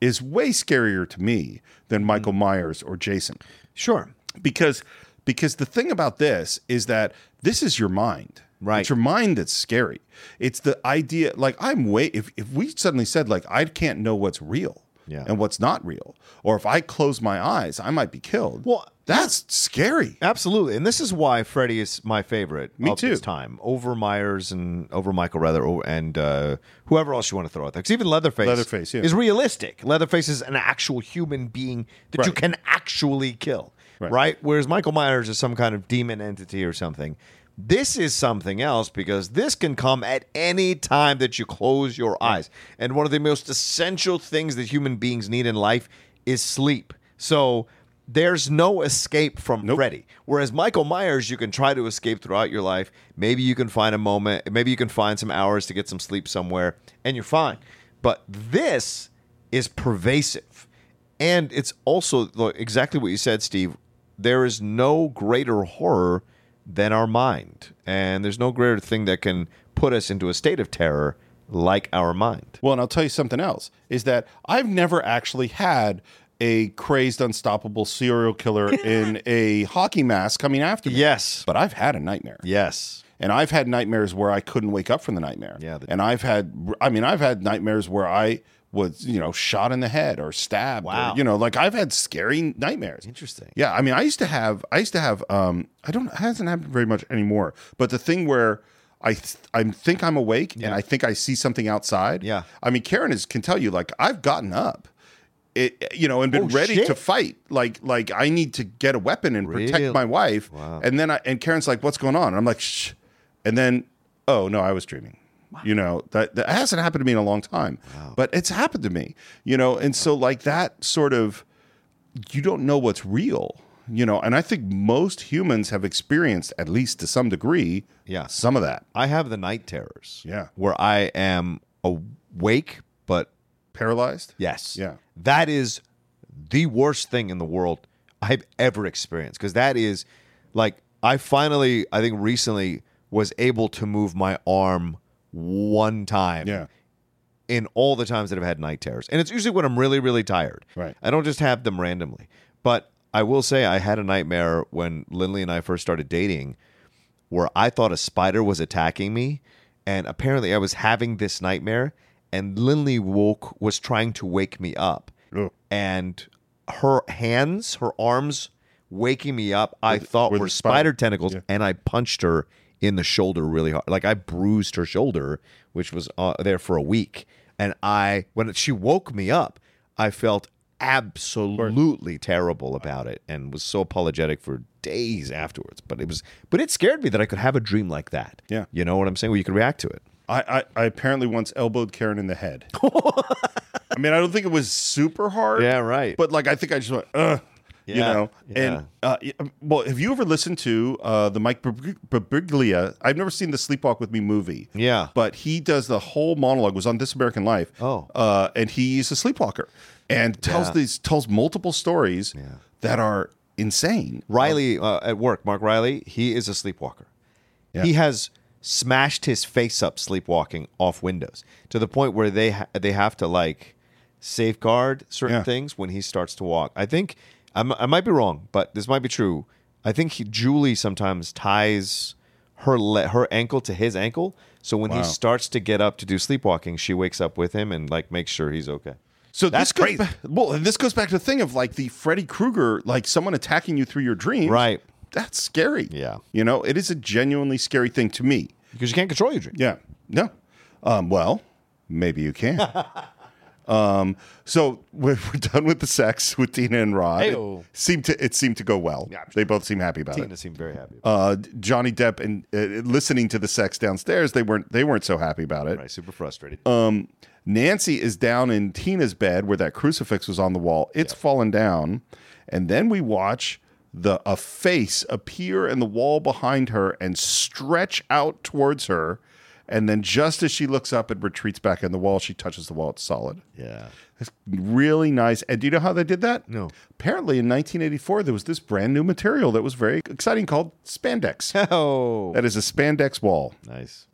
Speaker 2: is way scarier to me than Michael Myers or Jason
Speaker 3: Sure.
Speaker 2: because because the thing about this is that this is your mind
Speaker 3: Right.
Speaker 2: it's your mind that's scary it's the idea like i'm way if, if we suddenly said like i can't know what's real
Speaker 3: Yeah.
Speaker 2: and what's not real or if i close my eyes i might be killed
Speaker 3: Well,
Speaker 2: that's scary
Speaker 3: Absolutely, and this is why Freddy is my favorite.
Speaker 2: Me
Speaker 3: of his
Speaker 2: too.
Speaker 3: time over Myers and over Michael rather, o- and uh, whoever else you want to throw out there. Because even Leatherface,
Speaker 2: Leatherface, yeah.
Speaker 3: is realistic. Leatherface is an actual human being that you
Speaker 2: Right.
Speaker 3: can actually kill, right.
Speaker 2: Right.
Speaker 3: Whereas Michael Myers is some kind of demon entity or something. This is something else because this can come at any time that you close your eyes. And one of the most essential things that human beings need in life is sleep. So there's no escape from
Speaker 2: Nope.
Speaker 3: Freddy. Whereas Michael Myers, you can try to escape throughout your life. Maybe you can find a moment, maybe you can find some hours to get some sleep somewhere, and you're fine. But this is pervasive. And it's also look, exactly what you said, Steve. There is no greater horror than our mind. And there's no greater thing that can put us into a state of terror like our mind.
Speaker 2: Well, and I'll tell you something else is that I've never actually had a crazed, unstoppable serial [laughs] killer in a hockey mask coming after me.
Speaker 3: Yes.
Speaker 2: But I've had a nightmare.
Speaker 3: Yes.
Speaker 2: And I've had nightmares where I couldn't wake up from the nightmare.
Speaker 3: Yeah, the-
Speaker 2: and I've had, I mean, I've had nightmares where I was, you know, shot in the head or stabbed.
Speaker 3: Wow.
Speaker 2: Or, you know, like I've had scary nightmares.
Speaker 3: Interesting.
Speaker 2: Yeah. I mean, I used to have, I used to have, um, I don't, it hasn't happened very much anymore, but the thing where, I, th- I think I'm awake and I think I see something outside.
Speaker 3: Yeah.
Speaker 2: I mean, Karen is can tell you like I've gotten up it, you know, and been
Speaker 3: Oh,
Speaker 2: ready
Speaker 3: shit.
Speaker 2: to fight. Like, like I need to get a weapon and protect
Speaker 3: Really?
Speaker 2: my wife.
Speaker 3: Wow.
Speaker 2: And then I and Karen's like, "What's going on?" And I'm like, "Shh." And then, oh no, I was dreaming. You know that that hasn't happened to me in a long time, but it's happened to me. You know, and so like that sort of, you don't know what's real. You know, and I think most humans have experienced, at least to some degree,
Speaker 3: Yeah.
Speaker 2: some of that
Speaker 3: I have the night terrors.
Speaker 2: Yeah.
Speaker 3: Where I am awake, but
Speaker 2: paralyzed.
Speaker 3: yes.
Speaker 2: Yeah.
Speaker 3: That is the worst thing in the world I've ever experienced because that is like I finally, I think recently was able to move my arm one time
Speaker 2: Yeah.
Speaker 3: in all the times that I've had night terrors. And it's usually when I'm really, really tired.
Speaker 2: Right.
Speaker 3: I don't just have them randomly. But I will say I had a nightmare when Lindley and I first started dating where I thought a spider was attacking me. And apparently I was having this nightmare and Lindley woke was trying to wake me up.
Speaker 2: Ugh.
Speaker 3: And her hands, her arms waking me up, I thought
Speaker 2: were
Speaker 3: were,
Speaker 2: the
Speaker 3: spider,
Speaker 2: spider-
Speaker 3: tentacles
Speaker 2: yeah.
Speaker 3: and I punched her in the shoulder really hard. Like I bruised her shoulder, which was uh, there for a week. And I, when she woke me up, I felt absolutely terrible about it and was so apologetic for days afterwards. But it was, but it scared me that I could have a dream like that.
Speaker 2: Yeah.
Speaker 3: You know what I'm saying? Where you could react to it.
Speaker 2: I, I, I apparently once elbowed Karen in the
Speaker 3: [laughs]
Speaker 2: head. I mean, I don't think it was super hard.
Speaker 3: Yeah, right.
Speaker 2: But like, I think I just went, ugh. You
Speaker 3: Yeah,
Speaker 2: know, and uh, y- well, have you ever listened to uh, the Mike Birbig- Birbiglia? I've never seen the Sleepwalk with Me movie.
Speaker 3: Yeah.
Speaker 2: but he does the whole monologue. Was on This American Life.
Speaker 3: Oh.
Speaker 2: uh, and he's a sleepwalker and tells
Speaker 3: Yeah.
Speaker 2: these tells multiple stories that are insane.
Speaker 3: Riley uh, at work, Mark Riley, he is a sleepwalker.
Speaker 2: Yeah.
Speaker 3: He has smashed his face up sleepwalking off windows to the point where they ha- they have to like safeguard certain
Speaker 2: Yeah.
Speaker 3: things when he starts to walk. I think I'm, I might be wrong, but this might be true. I think he, Julie sometimes ties her le- her ankle to his ankle, so when
Speaker 2: Wow.
Speaker 3: he starts to get up to do sleepwalking, she wakes up with him and like makes sure he's okay.
Speaker 2: So
Speaker 3: That's
Speaker 2: this goes
Speaker 3: crazy.
Speaker 2: Back, well, and this goes back to the thing of like the Freddy Krueger, like someone attacking you through your dreams.
Speaker 3: Right.
Speaker 2: That's scary.
Speaker 3: Yeah.
Speaker 2: You know, it is a genuinely scary thing to me.
Speaker 3: Because you can't control your dream.
Speaker 2: Yeah. No. Um, well, maybe you
Speaker 3: [laughs]
Speaker 2: can. um, so we're, we're done with the sex with Tina and Rod.
Speaker 3: Heyo.
Speaker 2: It seemed to it seemed to go well.
Speaker 3: Yeah.
Speaker 2: They both seem happy about
Speaker 3: Tina
Speaker 2: it.
Speaker 3: seemed very happy.
Speaker 2: Uh, Johnny Depp and uh, listening to the sex downstairs, they weren't they weren't so happy about it.
Speaker 3: right, super frustrated.
Speaker 2: uh, Nancy is down in Tina's bed where that crucifix was on the wall. It's fallen down, and then we watch the a face appear in the wall behind her and stretch out towards her. And then, just as she looks up and retreats back in the wall, she touches the wall. It's solid.
Speaker 3: yeah.
Speaker 2: It's really nice. And do you know how they did that?
Speaker 3: No.
Speaker 2: Apparently, in 1984, there was this brand new material that was very exciting called spandex.
Speaker 3: [laughs] Oh,
Speaker 2: that is a spandex wall.
Speaker 3: nice.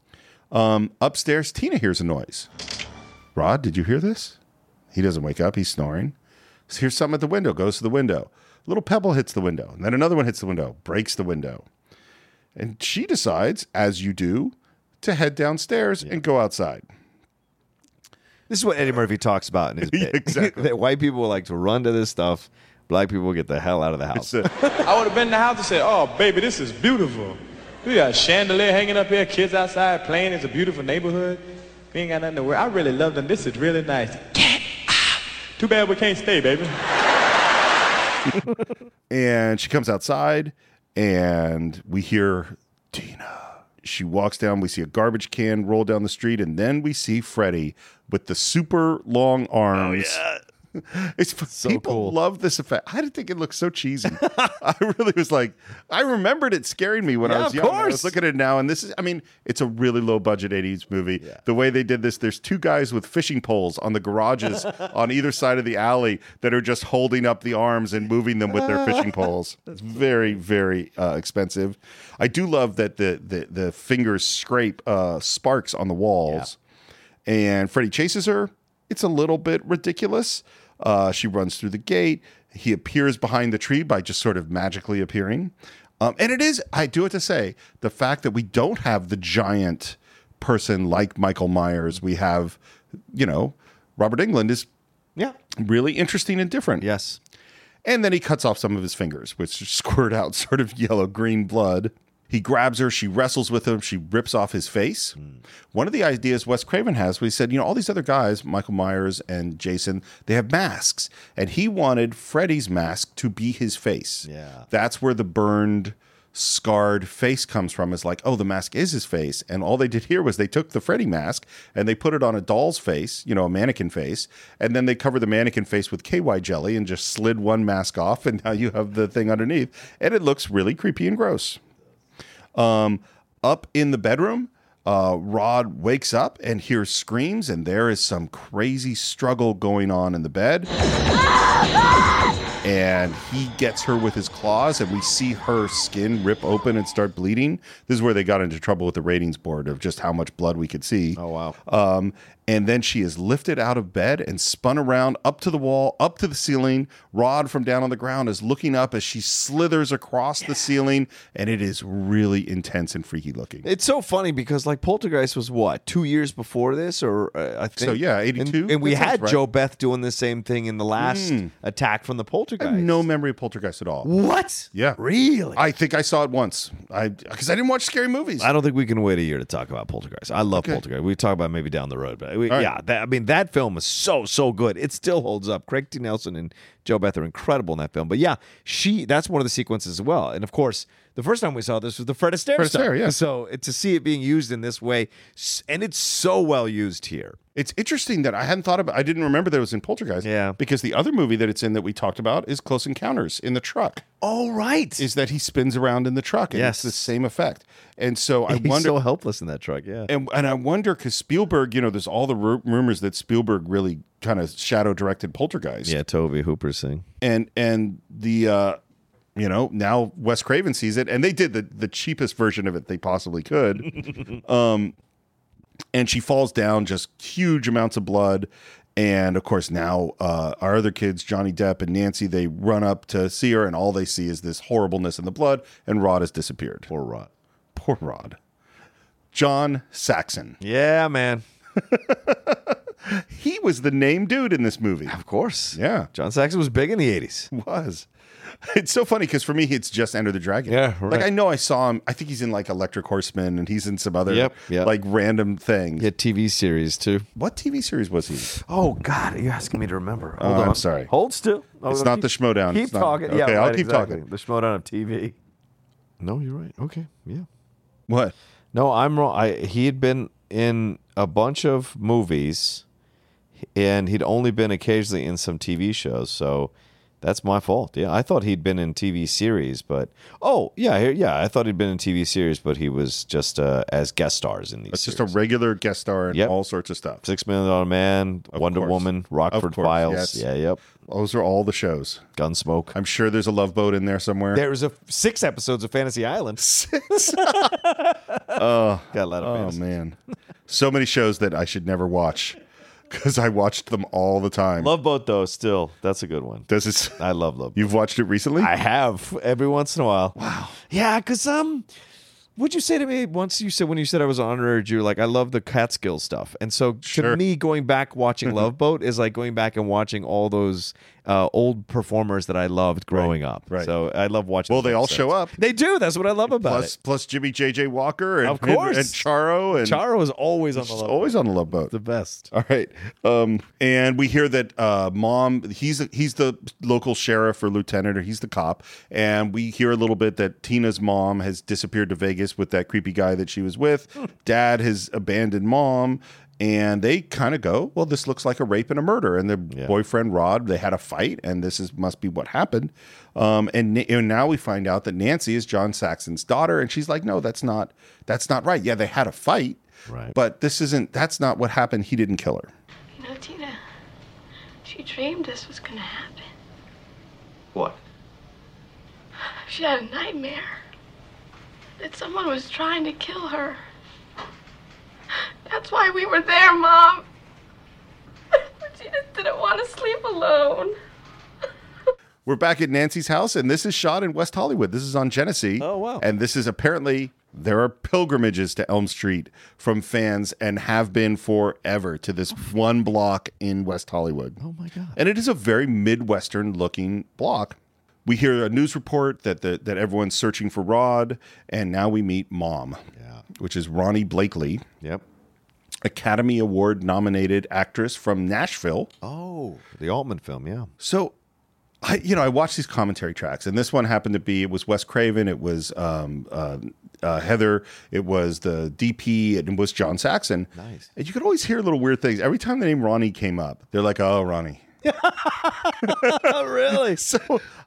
Speaker 2: Upstairs, Tina hears a noise. Rod, did you hear this? He doesn't wake up. He's snoring. So here's something at the window. Goes to the window. A little pebble hits the window. And then another one hits the window, breaks the window. And she decides, as you do, to head downstairs and go outside.
Speaker 3: This is what Eddie Murphy talks about in
Speaker 2: [laughs]
Speaker 3: his
Speaker 2: Yeah,
Speaker 3: bit.
Speaker 2: exactly.
Speaker 3: [laughs] that white people like to run to this stuff. Black people get the hell out of the house.
Speaker 2: So-
Speaker 7: I would have been in the house and said, oh, baby, this is beautiful. We got a chandelier hanging up here, kids outside playing. It's a beautiful neighborhood. We ain't got nothing to wear. I really love them. This is really nice. Get out. Too bad we can't stay, baby.
Speaker 2: and she comes outside and we hear Tina. She walks down, we see a garbage can roll down the street, and then we see Freddy with the super long arms. It's people
Speaker 3: cool.
Speaker 2: love this effect. I didn't think it looked so cheesy. [laughs] I really was like, I remembered it scaring me when
Speaker 3: Yeah,
Speaker 2: I was
Speaker 3: of
Speaker 2: young. and I
Speaker 3: course.
Speaker 2: was looking at it now, and this is, I mean, it's a really low budget 80s movie. The way they did this, there's two guys with fishing poles on the
Speaker 3: [laughs]
Speaker 2: garages on either side of the alley that are just holding up the arms and moving them with their
Speaker 3: [laughs]
Speaker 2: fishing poles. It's very, very uh, expensive. I do love that the the, the fingers scrape uh, sparks on the walls and Freddy chases her. It's a little bit ridiculous. Uh, she runs through the gate. He appears behind the tree by just sort of magically appearing. Um, and it is, I do have to say, the fact that we don't have the giant person like Michael Myers, we have, you know, Robert England is
Speaker 3: Yeah.
Speaker 2: really interesting and different.
Speaker 3: Yes.
Speaker 2: [laughs] And then he cuts off some of his fingers, which squirt out sort of yellow green blood. He grabs her, she wrestles with him, she rips off his face. One of the ideas Wes Craven has, we said, you know, all these other guys, Michael Myers and Jason, they have masks. And he wanted Freddy's mask to be his face.
Speaker 3: Yeah.
Speaker 2: That's where the burned, scarred face comes from. Is like, oh, the mask is his face. And all they did here was they took the Freddy mask and they put it on a doll's face, you know, a mannequin face. And then they covered the mannequin face with KY jelly and just slid one mask off. And now you have the thing underneath. And it looks really creepy and gross. Um, up in the bedroom, uh, Rod wakes up and hears screams, and there is some crazy struggle going on in the bed. And he gets her with his claws, and we see her skin rip open and start bleeding. This is where they got into trouble with the ratings board of just how much blood we could see.
Speaker 3: Oh, wow.
Speaker 2: Um, and then she is lifted out of bed and spun around up to the wall, up to the ceiling. Rod from down on the ground is looking up as she slithers across the ceiling, and it is really intense and freaky looking.
Speaker 3: It's so funny because like Poltergeist was what two years before this, or uh, I think
Speaker 2: So, yeah,
Speaker 3: And-
Speaker 2: 82?
Speaker 3: And, we
Speaker 2: That sounds
Speaker 3: had
Speaker 2: right. Hmm.
Speaker 3: Joe Beth doing the same thing in the last attack from the
Speaker 2: I
Speaker 3: Poltergeist.
Speaker 2: have no memory of Poltergeist at all.
Speaker 3: what?
Speaker 2: Yeah.
Speaker 3: really. I,
Speaker 2: I think I saw it once. I because I didn't watch scary movies.
Speaker 3: don't think we can wait a year to talk about Poltergeist. I love Poltergeist. We talk about it maybe down the road, but we,
Speaker 2: All right.
Speaker 3: yeah, that, I mean that film is so so good. It still holds up. Craig T. Nelson and Joe Beth are incredible in that film. But yeah, she that's one of the sequences as well. And of course, the first time we saw this was the Fred Astaire.
Speaker 2: Fred
Speaker 3: stuff.
Speaker 2: Astaire, yeah.
Speaker 3: So it, to see it being used in this way, s- and it's so well used here.
Speaker 2: It's interesting that I hadn't thought about. I didn't remember that it was in Poltergeist.
Speaker 3: Yeah.
Speaker 2: Because the other movie that it's in that we talked about is Close Encounters in the truck.
Speaker 3: All right.
Speaker 2: Is that he spins around in the truck? And
Speaker 3: Yes.
Speaker 2: It's the same effect. And so I
Speaker 3: [laughs] He's
Speaker 2: wonder.
Speaker 3: so helpless in that truck. Yeah.
Speaker 2: and, and I wonder because Spielberg, you know, there's all the ru- rumors that Spielberg really kind of shadow directed Poltergeist.
Speaker 3: yeah, Toby Hooper sing.
Speaker 2: and and the uh you know now wes craven sees it and they did the the cheapest version of it they possibly could um
Speaker 3: [laughs]
Speaker 2: and she falls down just huge amounts of blood and of course now uh our other kids johnny depp and nancy they run up to see her and all they see is this horribleness in the blood and rod has disappeared
Speaker 3: Poor Rod.
Speaker 2: poor rod john saxon
Speaker 3: Yeah, man.
Speaker 2: he was the name dude in this movie
Speaker 3: Of course.
Speaker 2: Yeah.
Speaker 3: John Saxon was big in the 80s.
Speaker 2: [laughs] was. It's so funny because for me, it's just Enter the Dragon.
Speaker 3: Yeah,
Speaker 2: Like
Speaker 3: right.
Speaker 2: I know I saw him. I think he's in like Electric Horseman, and he's in some other
Speaker 3: Yep, yep.
Speaker 2: like random things.
Speaker 3: He had TV series too.
Speaker 2: What TV series was
Speaker 3: [sighs]
Speaker 2: he?
Speaker 3: Oh God, you're asking me to remember. Hold
Speaker 2: Oh, I'm sorry.
Speaker 3: Hold still. Oh,
Speaker 2: It's
Speaker 3: no,
Speaker 2: not
Speaker 3: keep-
Speaker 2: the Schmodown.
Speaker 3: Keep
Speaker 2: It's not-
Speaker 3: talking. yeah,
Speaker 2: okay, I'll
Speaker 3: right,
Speaker 2: keep
Speaker 3: exactly.
Speaker 2: talking.
Speaker 3: The Schmodown of TV. No, you're right. Okay. Yeah.
Speaker 2: What?
Speaker 3: No, I'm wrong. I he had been in a bunch of movies, and he'd only been occasionally in some TV shows. So that's my fault. Yeah, I thought he'd been in TV series, but oh yeah, here- yeah, I thought he'd been in TV series, but he was just uh, as guest stars in these.
Speaker 2: It's just a
Speaker 3: series.
Speaker 2: regular guest star in
Speaker 3: Yep.
Speaker 2: all sorts of stuff.
Speaker 3: Six Million Dollar Man, Wonder
Speaker 2: course.
Speaker 3: Woman, Rockford
Speaker 2: course,
Speaker 3: Files.
Speaker 2: yes.
Speaker 3: Yeah, yep.
Speaker 2: Those are all the shows.
Speaker 3: Gunsmoke.
Speaker 2: I'm sure there's a Love Boat in there somewhere.
Speaker 3: there was a six episodes of Fantasy Island.
Speaker 2: [laughs]
Speaker 3: [laughs]
Speaker 2: Six.
Speaker 3: Got a lot of
Speaker 2: oh
Speaker 3: fantasy.
Speaker 2: man, so many shows that I should never watch because I watched them all the time.
Speaker 3: Love Boat though, still that's a good one.
Speaker 2: Does it?
Speaker 3: I love Love. Boat.
Speaker 2: [laughs] You've watched it recently?
Speaker 3: I have every once in a while. Wow. Yeah, because um, what'd you say to me once? You said when you said I was an honorary Jew, like I love the Catskill stuff, and so
Speaker 2: Sure.
Speaker 3: to me, going
Speaker 2: [laughs]
Speaker 3: back watching Love Boat is like going back and watching all those uh, old performers that I loved growing up.
Speaker 2: right.
Speaker 3: So I love watching.
Speaker 2: Well,
Speaker 3: those
Speaker 2: they all
Speaker 3: episodes.
Speaker 2: show up.
Speaker 3: They do. That's what I love about
Speaker 2: plus, plus Jimmy JJ Walker and
Speaker 3: Of course.
Speaker 2: and Charo and
Speaker 3: it. Charo is always on the
Speaker 2: She's
Speaker 3: Love.
Speaker 2: always on the love boat.
Speaker 3: the best.
Speaker 2: All right, um, and we hear that uh, mom he's he's the local sheriff or lieutenant or he's the cop, and we hear a little bit that Tina's mom has disappeared to Vegas with that creepy guy that she was with.
Speaker 3: Hmm.
Speaker 2: Dad has abandoned mom. And they kind of go, well, this looks like a rape and a murder. And the
Speaker 3: Yeah.
Speaker 2: boyfriend Rod, they had a fight, and this is must be what happened. Um, and, Na- and now we find out that Nancy is John Saxon's daughter, and she's like, no, that's not that's not right. Yeah, they had a fight,
Speaker 3: Right.
Speaker 2: but this isn't that's not what happened he didn't kill her
Speaker 1: You know, Tina, she dreamed this was gonna happen.
Speaker 8: What?
Speaker 1: She had a nightmare that someone was trying to kill her. That's why we were there, Mom. [laughs] But she just didn't want to sleep alone.
Speaker 2: we're back at nancy's house and this is shot in west hollywood this is on genesee
Speaker 3: Oh, wow.
Speaker 2: and this is apparently there are pilgrimages to elm street from fans and have been forever to this one block in west hollywood
Speaker 3: Oh my god.
Speaker 2: and it is a very midwestern looking block we hear a news report that the, that everyone's searching for Rod, and now we meet Mom,
Speaker 3: Yeah.
Speaker 2: which is Ronnie Blakely,
Speaker 3: Yep.
Speaker 2: Academy Award nominated actress from Nashville.
Speaker 3: Oh, the Altman film. Yeah.
Speaker 2: So, I you know I watched these commentary tracks, and this one happened to be it was Wes Craven, it was um, uh, uh, Heather, it was the DP, and it was John Saxon.
Speaker 3: Nice.
Speaker 2: And you could always hear little weird things every time the name Ronnie came up. They're like, "Oh, Ronnie."
Speaker 3: [laughs] Oh, [laughs] really? Oh,
Speaker 2: So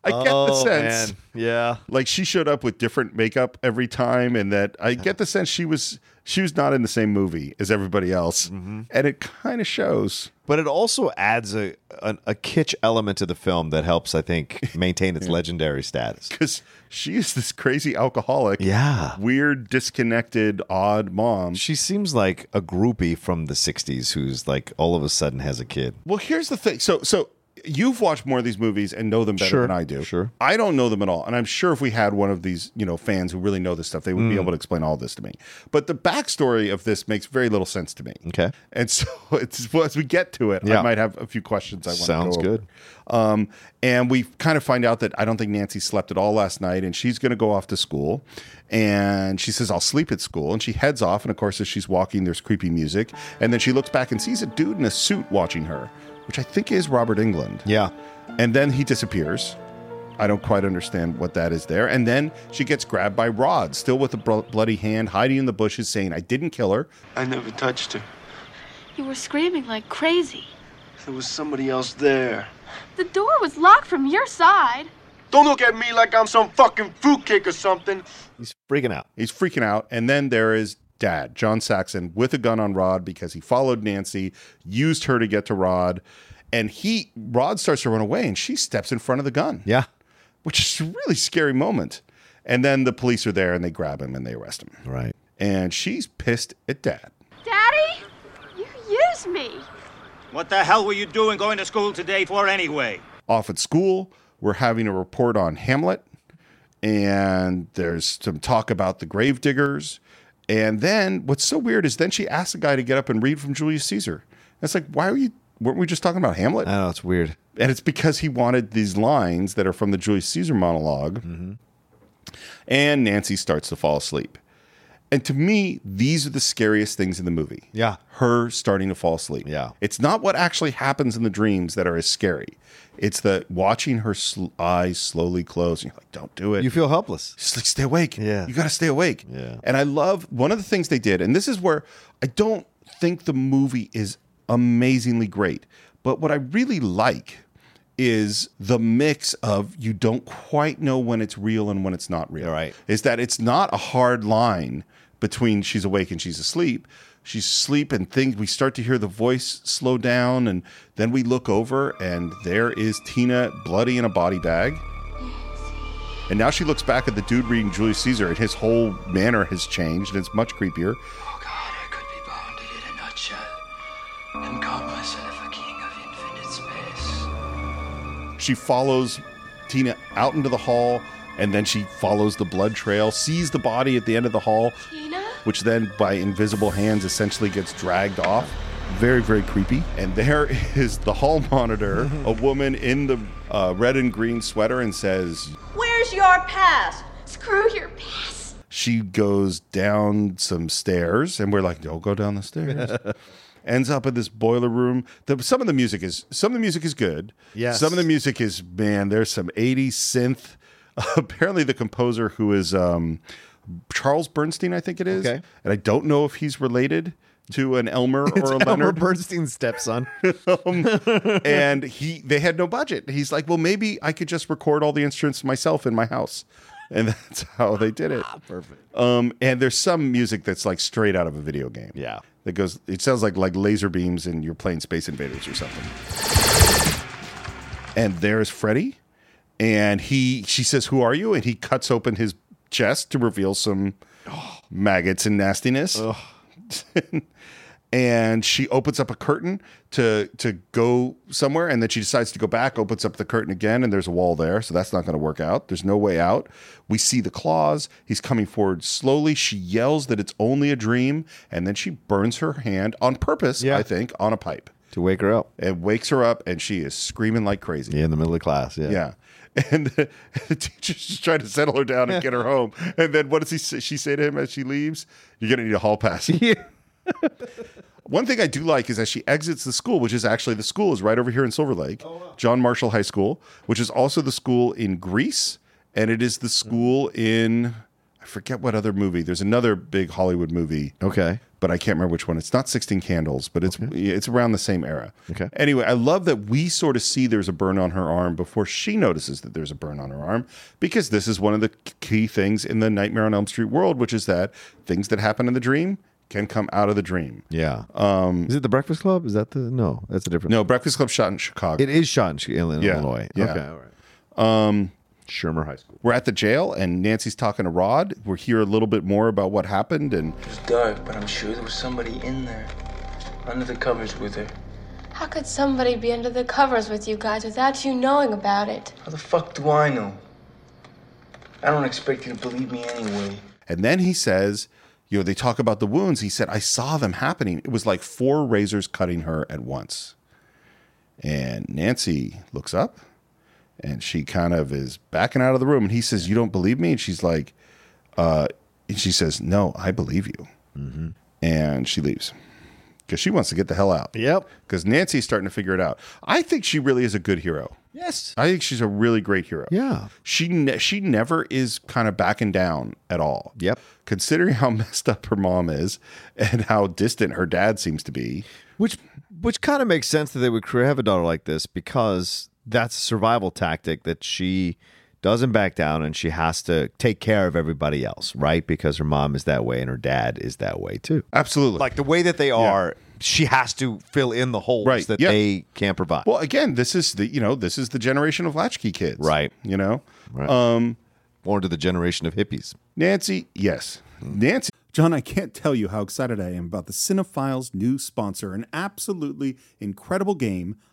Speaker 2: I get the sense.
Speaker 3: Yeah.
Speaker 2: Like she showed up with different makeup every time, and that I get the sense she was she was not in the same movie as everybody else,
Speaker 3: Mm-hmm.
Speaker 2: and it kind of shows.
Speaker 3: But it also adds a, a a kitsch element to the film that helps, I [laughs] think, maintain its legendary status.
Speaker 2: because she is this crazy alcoholic,
Speaker 3: Yeah.
Speaker 2: weird, disconnected, odd mom.
Speaker 3: She seems like a groupie from the '60s who's like all of a sudden has a kid.
Speaker 2: Well, here's the thing. So, so you've watched more of these movies and know them better
Speaker 3: Sure,
Speaker 2: than I do.
Speaker 3: sure.
Speaker 2: I don't know them at all, and I'm sure if we had one of these, you know, fans who really know this stuff, they would be
Speaker 3: Mm.
Speaker 2: able to explain all this to me. But the backstory of this makes very little sense to me.
Speaker 3: Okay.
Speaker 2: And so, [laughs] it's well, as we get to it, I
Speaker 3: Yeah.
Speaker 2: might have a few questions. I want
Speaker 3: Sounds
Speaker 2: to go over.
Speaker 3: good.
Speaker 2: Um, and we kind of find out that I don't think Nancy slept at all last night, and she's going to go off to school. And she says, "I'll sleep at school," and she heads off. And of course, as she's walking, there's creepy music, and then she looks back and sees a dude in a suit watching her, which I think is Robert England.
Speaker 3: Yeah.
Speaker 2: And then he disappears. I don't quite understand what that is there. And then she gets grabbed by Rod, still with a bro- bloody hand, hiding in the bushes, saying, "I didn't kill her."
Speaker 9: I never touched her.
Speaker 6: You were screaming like crazy.
Speaker 9: There was somebody else there.
Speaker 6: The door was locked from your side.
Speaker 9: Don't look at me like I'm some fucking fruitcake or something.
Speaker 3: He's freaking out.
Speaker 2: He's freaking out. And then there is dad, John Saxon, with a gun on Rod because he followed Nancy, used her to get to Rod. And he, Rod starts to run away and she steps in front of the gun,
Speaker 3: Yeah.
Speaker 2: which is a really scary moment. And then the police are there and they grab him and they arrest him.
Speaker 3: Right.
Speaker 2: And she's pissed at dad.
Speaker 6: Daddy, you used me.
Speaker 10: What the hell were you doing going to school today for anyway?
Speaker 2: Off at school, we're having a report on Hamlet. And there's some talk about the gravediggers. And then what's so weird is then she asks the guy to get up and read from Julius Caesar. And it's like, why are you, weren't we just talking about Hamlet?
Speaker 3: I know it's weird.
Speaker 2: and it's because he wanted these lines that are from the Julius Caesar monolog
Speaker 3: Mm-hmm.
Speaker 2: And Nancy starts to fall asleep. And to me, these are the scariest things in the movie.
Speaker 3: Yeah.
Speaker 2: Her starting to fall asleep.
Speaker 3: Yeah.
Speaker 2: It's not what actually happens in the dreams that are as scary. It's the watching her sl- eyes slowly close. And you're like, don't do it.
Speaker 3: You feel [laughs] helpless.
Speaker 2: She's like, stay awake.
Speaker 3: Yeah.
Speaker 2: You got to stay awake.
Speaker 3: Yeah.
Speaker 2: And I love one of the things they did, and this is where I don't think the movie is amazingly great, but what I really like is the mix of you don't quite know when it's real and when it's not real.
Speaker 3: Right.
Speaker 2: Is that it's not a hard line between she's awake and she's asleep. She's asleep and things we start to hear the voice slow down and then we look over and there is Tina bloody in a body bag. And now she looks back at the dude reading Julius Caesar, and his whole manner has changed, and it's much creepier.
Speaker 11: Oh God, I could be bound to in a nutshell and call myself a king of infinite space.
Speaker 2: She follows Tina out into the hall, and then she follows the blood trail, sees the body at the end of the hall,
Speaker 6: Tina?
Speaker 2: which then, by invisible hands, essentially gets dragged off. Very, very creepy. And there [laughs] is the hall monitor, a woman in the uh, red and green sweater, and says,
Speaker 4: Where's your past?
Speaker 6: Screw your past.
Speaker 2: she goes down some stairs and we're like don't go down the
Speaker 3: [laughs]
Speaker 2: stairs ends up in this boiler room the, some of the music is some of the music is good
Speaker 3: Yes.
Speaker 2: some of the music is man there's some 80s synth [laughs] apparently the composer who is um, charles bernstein i think it is
Speaker 3: Okay.
Speaker 2: and i don't know if he's related to an
Speaker 3: [laughs]
Speaker 2: elmer or a
Speaker 3: Elmer
Speaker 2: leonard
Speaker 3: Bernstein's stepson.
Speaker 2: and he they had no budget. He's like, well, maybe I could just record all the instruments myself in my house, [laughs] and that's how they did it. Perfect. Um, and there's some music that's like straight out of a video game.
Speaker 3: [laughs] Yeah.
Speaker 2: that goes. It sounds like like laser beams, and you're playing Space Invaders or something. And there's Freddy, and he she says, "Who are you?" And he cuts open his chest to reveal some maggots and nastiness. [laughs] and she opens up a curtain to to go somewhere and then she decides to go back opens up the curtain again and there's a wall there so that's not going to work out there's no way out we see the claws he's coming forward slowly she yells that it's only a dream and then she burns her hand on purpose
Speaker 3: Yeah.
Speaker 2: i think on a pipe
Speaker 3: to wake her up.
Speaker 2: it wakes her up and she is screaming like crazy
Speaker 3: Yeah, in the middle of class. Yeah.
Speaker 2: yeah [laughs] and the, the teacher's just trying to settle her down and get her home. And then what does he say, she say to him as she leaves? You're gonna need a hall
Speaker 3: [laughs]
Speaker 2: pass. [laughs] One thing I do like is as she exits the school, which is actually the school is right over here in Silver Lake,
Speaker 3: Oh,
Speaker 2: John Marshall High School, which is also the school in Greece, and it is the school in I forget what other movie. There's another big Hollywood movie.
Speaker 3: Okay.
Speaker 2: But I can't remember which one. It's not 16 Candles, but it's it's around the same era.
Speaker 3: Okay.
Speaker 2: Anyway, I love that we sort of see there's a burn on her arm before she notices that there's a burn on her arm because this is one of the key things in the Nightmare on Elm Street world, which is that things that happen in the dream can come out of the dream.
Speaker 3: Yeah. Um, is it the Breakfast Club? Is that the no? That's a different.
Speaker 2: No, Breakfast Club shot in Chicago.
Speaker 3: It is shot in Chi- Illinois.
Speaker 2: Yeah, yeah.
Speaker 3: Okay. All right.
Speaker 2: Um,
Speaker 3: Shermer High School.
Speaker 2: we're at the jail, and Nancy's talking to Rod. We're here a little bit more about what happened, and
Speaker 11: It was dark, but I'm sure there was somebody in there, under the covers with her.
Speaker 6: How could somebody be under the covers with you guys without you knowing about it?
Speaker 11: How the fuck do I know? I don't expect you to believe me anyway.
Speaker 2: And then he says, you know, they talk about the wounds. He said, I saw them happening. It was like four razors cutting her at once. And Nancy looks up and she kind of is backing out of the room. And he says, You don't believe me? And she's like, uh, and she says, No, I believe you. And she leaves because she wants to get the hell out.
Speaker 3: Yep.
Speaker 2: Because Nancy's starting to figure it out. I think she really is a good hero.
Speaker 3: Yes.
Speaker 2: I think she's a really great hero.
Speaker 3: Yeah.
Speaker 2: She ne- she never is kind of backing down at all.
Speaker 3: Yep.
Speaker 2: Considering how [laughs] messed up her mom is and how distant her dad seems to be.
Speaker 3: Which which kind of makes sense that they would cre- have a daughter like this because that's a survival tactic that she doesn't back down and she has to take care of everybody else, right? Because her mom is that way and her dad is that way too.
Speaker 2: Absolutely.
Speaker 3: Like the way that they are, she has to fill in the holes
Speaker 2: Right,
Speaker 3: that
Speaker 2: yeah.
Speaker 3: they can't provide.
Speaker 2: well, again, this is the you know this is the generation of latchkey kids,
Speaker 3: Right.
Speaker 2: You know,
Speaker 3: Born to the generation of hippies.
Speaker 2: Nancy. Yes, Nancy.
Speaker 12: John, I can't tell you how excited I am about the Cinephiles' new sponsor, an absolutely incredible game,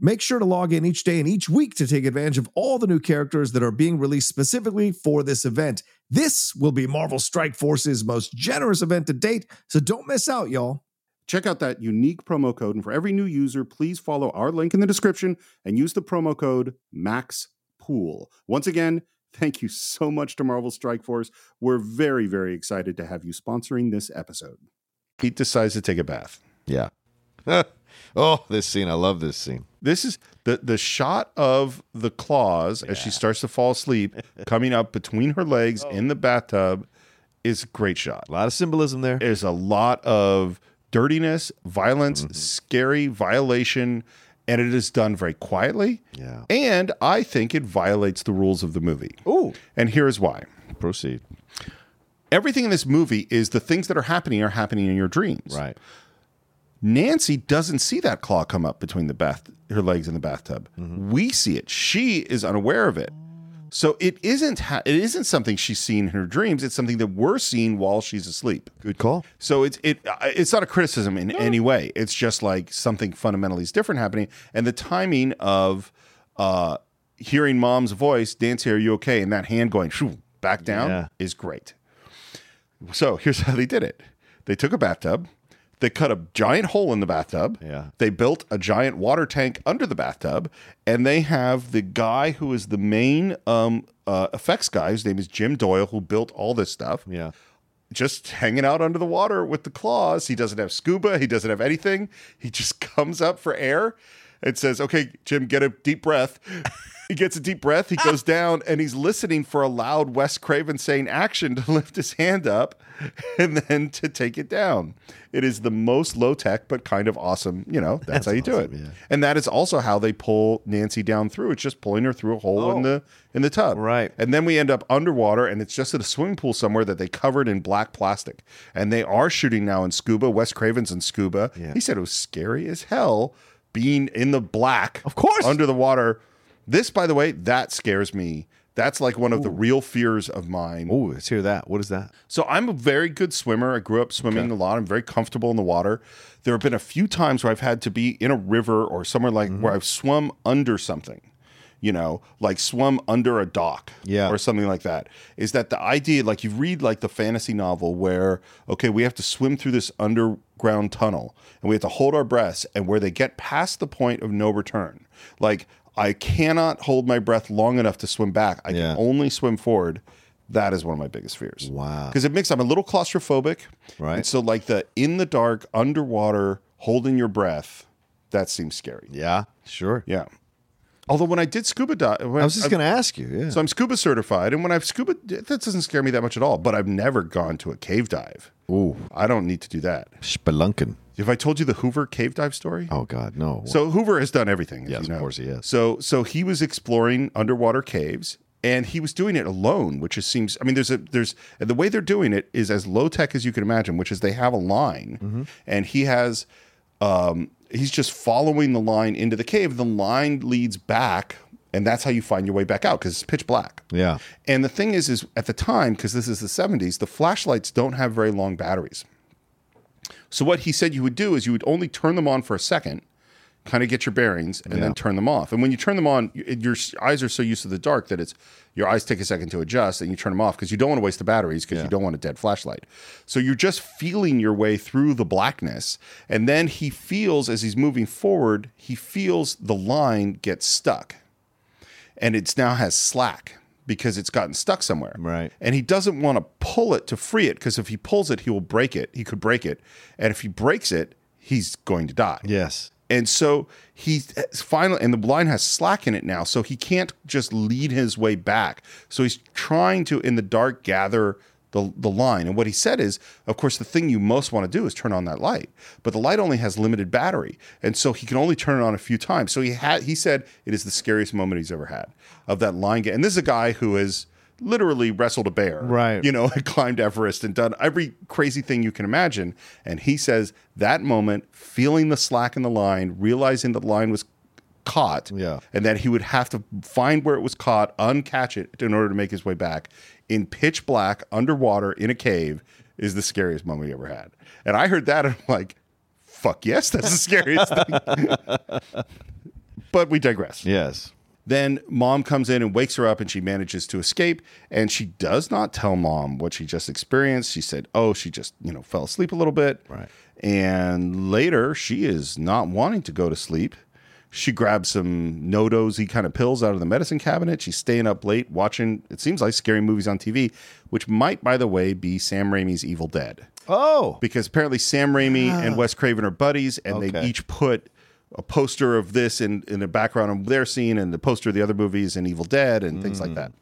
Speaker 13: Make sure to log in each day and each week to take advantage of all the new characters that are being released specifically for this event. This will be Marvel Strike Force's most generous event to date, so don't miss out, y'all.
Speaker 12: Check out that unique promo code, and for every new user, please follow our link in the description and use the promo code MAXPOOL. Once again, thank you so much to Marvel Strike Force. We're very, very excited to have you sponsoring this episode.
Speaker 2: Pete decides to take a bath.
Speaker 3: Yeah. [laughs] oh, this scene. I love this scene.
Speaker 2: This is the the shot of the claws as she starts to fall
Speaker 3: [laughs]
Speaker 2: asleep, coming up between her legs in the bathtub, is a great shot.
Speaker 3: A lot of symbolism there.
Speaker 2: There's a lot of dirtiness, violence,
Speaker 3: Mm-hmm.
Speaker 2: scary violation, and it is done very quietly.
Speaker 3: Yeah.
Speaker 2: And I think it violates the rules of the movie.
Speaker 3: Ooh.
Speaker 2: And here's why.
Speaker 3: Proceed.
Speaker 2: Everything in this movie is the things that are happening are happening in your dreams.
Speaker 3: Right.
Speaker 2: Nancy doesn't see that claw come up between the bath her legs in the bathtub. We see it. She is unaware of it. So it isn't ha- it isn't something she's seen in her dreams. It's something that we're seeing while she's asleep.
Speaker 3: Good call.
Speaker 2: So it's it uh, it's not a criticism in any way. It's just like something fundamentally is different happening, and the timing of uh, hearing mom's voice, Nancy, are you okay? And that hand going shoo, back down
Speaker 3: Yeah.
Speaker 2: is great. So here's [laughs] how they did it: they took a bathtub, they cut a giant hole in the bathtub,
Speaker 3: Yeah.
Speaker 2: they built a giant water tank under the bathtub, and they have the guy who is the main um, uh, effects guy. His name is Jim Doyle, who built all this stuff
Speaker 3: Yeah.
Speaker 2: just hanging out under the [laughs] water with the claws. He doesn't have scuba, he doesn't have anything. He just comes up for air. and says, "Okay, Jim, get a deep breath." [laughs] He gets a deep breath. He goes down and he's listening for a loud Wes Craven saying action to [laughs] lift his hand up and then to take it down. It is the most low tech, but kind of awesome. You know, that's,
Speaker 3: That's
Speaker 2: how you
Speaker 3: awesome,
Speaker 2: do it.
Speaker 3: yeah.
Speaker 2: And that is also how they pull Nancy down through. It's just pulling her through a hole in the in the tub. Right. And then we end up underwater and it's just at a swimming pool somewhere that they covered in black plastic. And they are shooting now in scuba. Wes Craven's in scuba. He said it was scary as hell being in the black. Of course. Under the water. This, by the way, that scares me. That's like one of the real fears of mine.
Speaker 3: Oh, let's hear that. What is that?
Speaker 2: So I'm a very good swimmer. I grew up swimming a lot. I'm very comfortable in the water. There have been a few times where I've had to be in a river or somewhere like where I've swum under something, you know, like swum under a dock yeah. or something like that. Is that the idea, like you read like the fantasy novel where, okay, we have to swim through this underground tunnel and we have to hold our breaths and where they get past the point of no return. Like I cannot hold my breath long enough to swim back. I can only swim forward. That is one of my biggest fears. Wow. Because it makes I'm a little claustrophobic. Right. And so like the in the dark, underwater, holding your breath, that seems scary.
Speaker 3: Yeah, sure.
Speaker 2: Yeah. Although when I did scuba dive, I
Speaker 3: was just gonna ask you, yeah.
Speaker 2: So I'm scuba certified, and when I've scuba, that doesn't scare me that much at all. But I've never gone to a cave dive. Ooh, I don't need to do that.
Speaker 3: Spelunking.
Speaker 2: Have I told you the Hoover cave dive story?
Speaker 3: Oh God, no.
Speaker 2: So Hoover has done everything. Yes,
Speaker 3: of course he is.
Speaker 2: So so he was exploring underwater caves and he was doing it alone, which just seems I mean there's a there's the way they're doing it is as low tech as you can imagine, which is they have a line
Speaker 3: Mm-hmm.
Speaker 2: and he has um he's just following the line into the cave. The line leads back and that's how you find your way back out because it's pitch black.
Speaker 3: Yeah.
Speaker 2: And the thing is is at the time because this is the 70s, the flashlights don't have very long batteries. So what he said you would do is you would only turn them on for a second, kind of get your bearings, and then turn them off. And when you turn them on, y- your s- eyes are so used to the dark that it's your eyes take a second to adjust, and you turn them off because you don't want to waste the batteries because you don't want a dead flashlight. So you're just feeling your way through the blackness, and then he feels as he's moving forward, he feels the line get stuck and it's now has slack because it's gotten stuck somewhere. Right. And he doesn't want to pull it to free it because if he pulls it, he will break it. He could break it. And if he breaks it, he's going to die.
Speaker 3: Yes.
Speaker 2: And so he finally, and the line has slack in it now, so he can't just lead his way back. So he's trying to, in the dark, gather the, the line. And what he said is, of course, the thing you most want to do is turn on that light, but the light only has limited battery, and so he can only turn it on a few times. So he had, he said, it is the scariest moment he's ever had of that line. Get- and this is a guy who has literally wrestled a bear,
Speaker 3: Right.
Speaker 2: You know, [laughs] had climbed Everest and done every crazy thing you can imagine. And he says that moment, feeling the slack in the line, realizing the line was caught, yeah, and that he would have to find where it was caught, uncatch it in order to make his way back in pitch black underwater in a cave is the scariest moment he ever had. And I heard that and I'm like, fuck yes, that's the scariest thing. but we digress.
Speaker 3: Yes.
Speaker 2: Then mom comes in and wakes her up and she manages to escape. And she does not tell mom what she just experienced. She said, Oh, she just, you know, fell asleep a little bit. Right. And later she is not wanting to go to sleep. She grabs some no dozy kind of pills out of the medicine cabinet. She's staying up late watching, it seems like scary movies on TV, which might, by the way, be Sam Raimi's Evil Dead.
Speaker 3: Oh.
Speaker 2: Because apparently Sam Raimi and Wes Craven are buddies and they
Speaker 3: Okay.
Speaker 2: each put a poster of this in, in the background of their scene and the poster of the other movies and Evil Dead and things like that.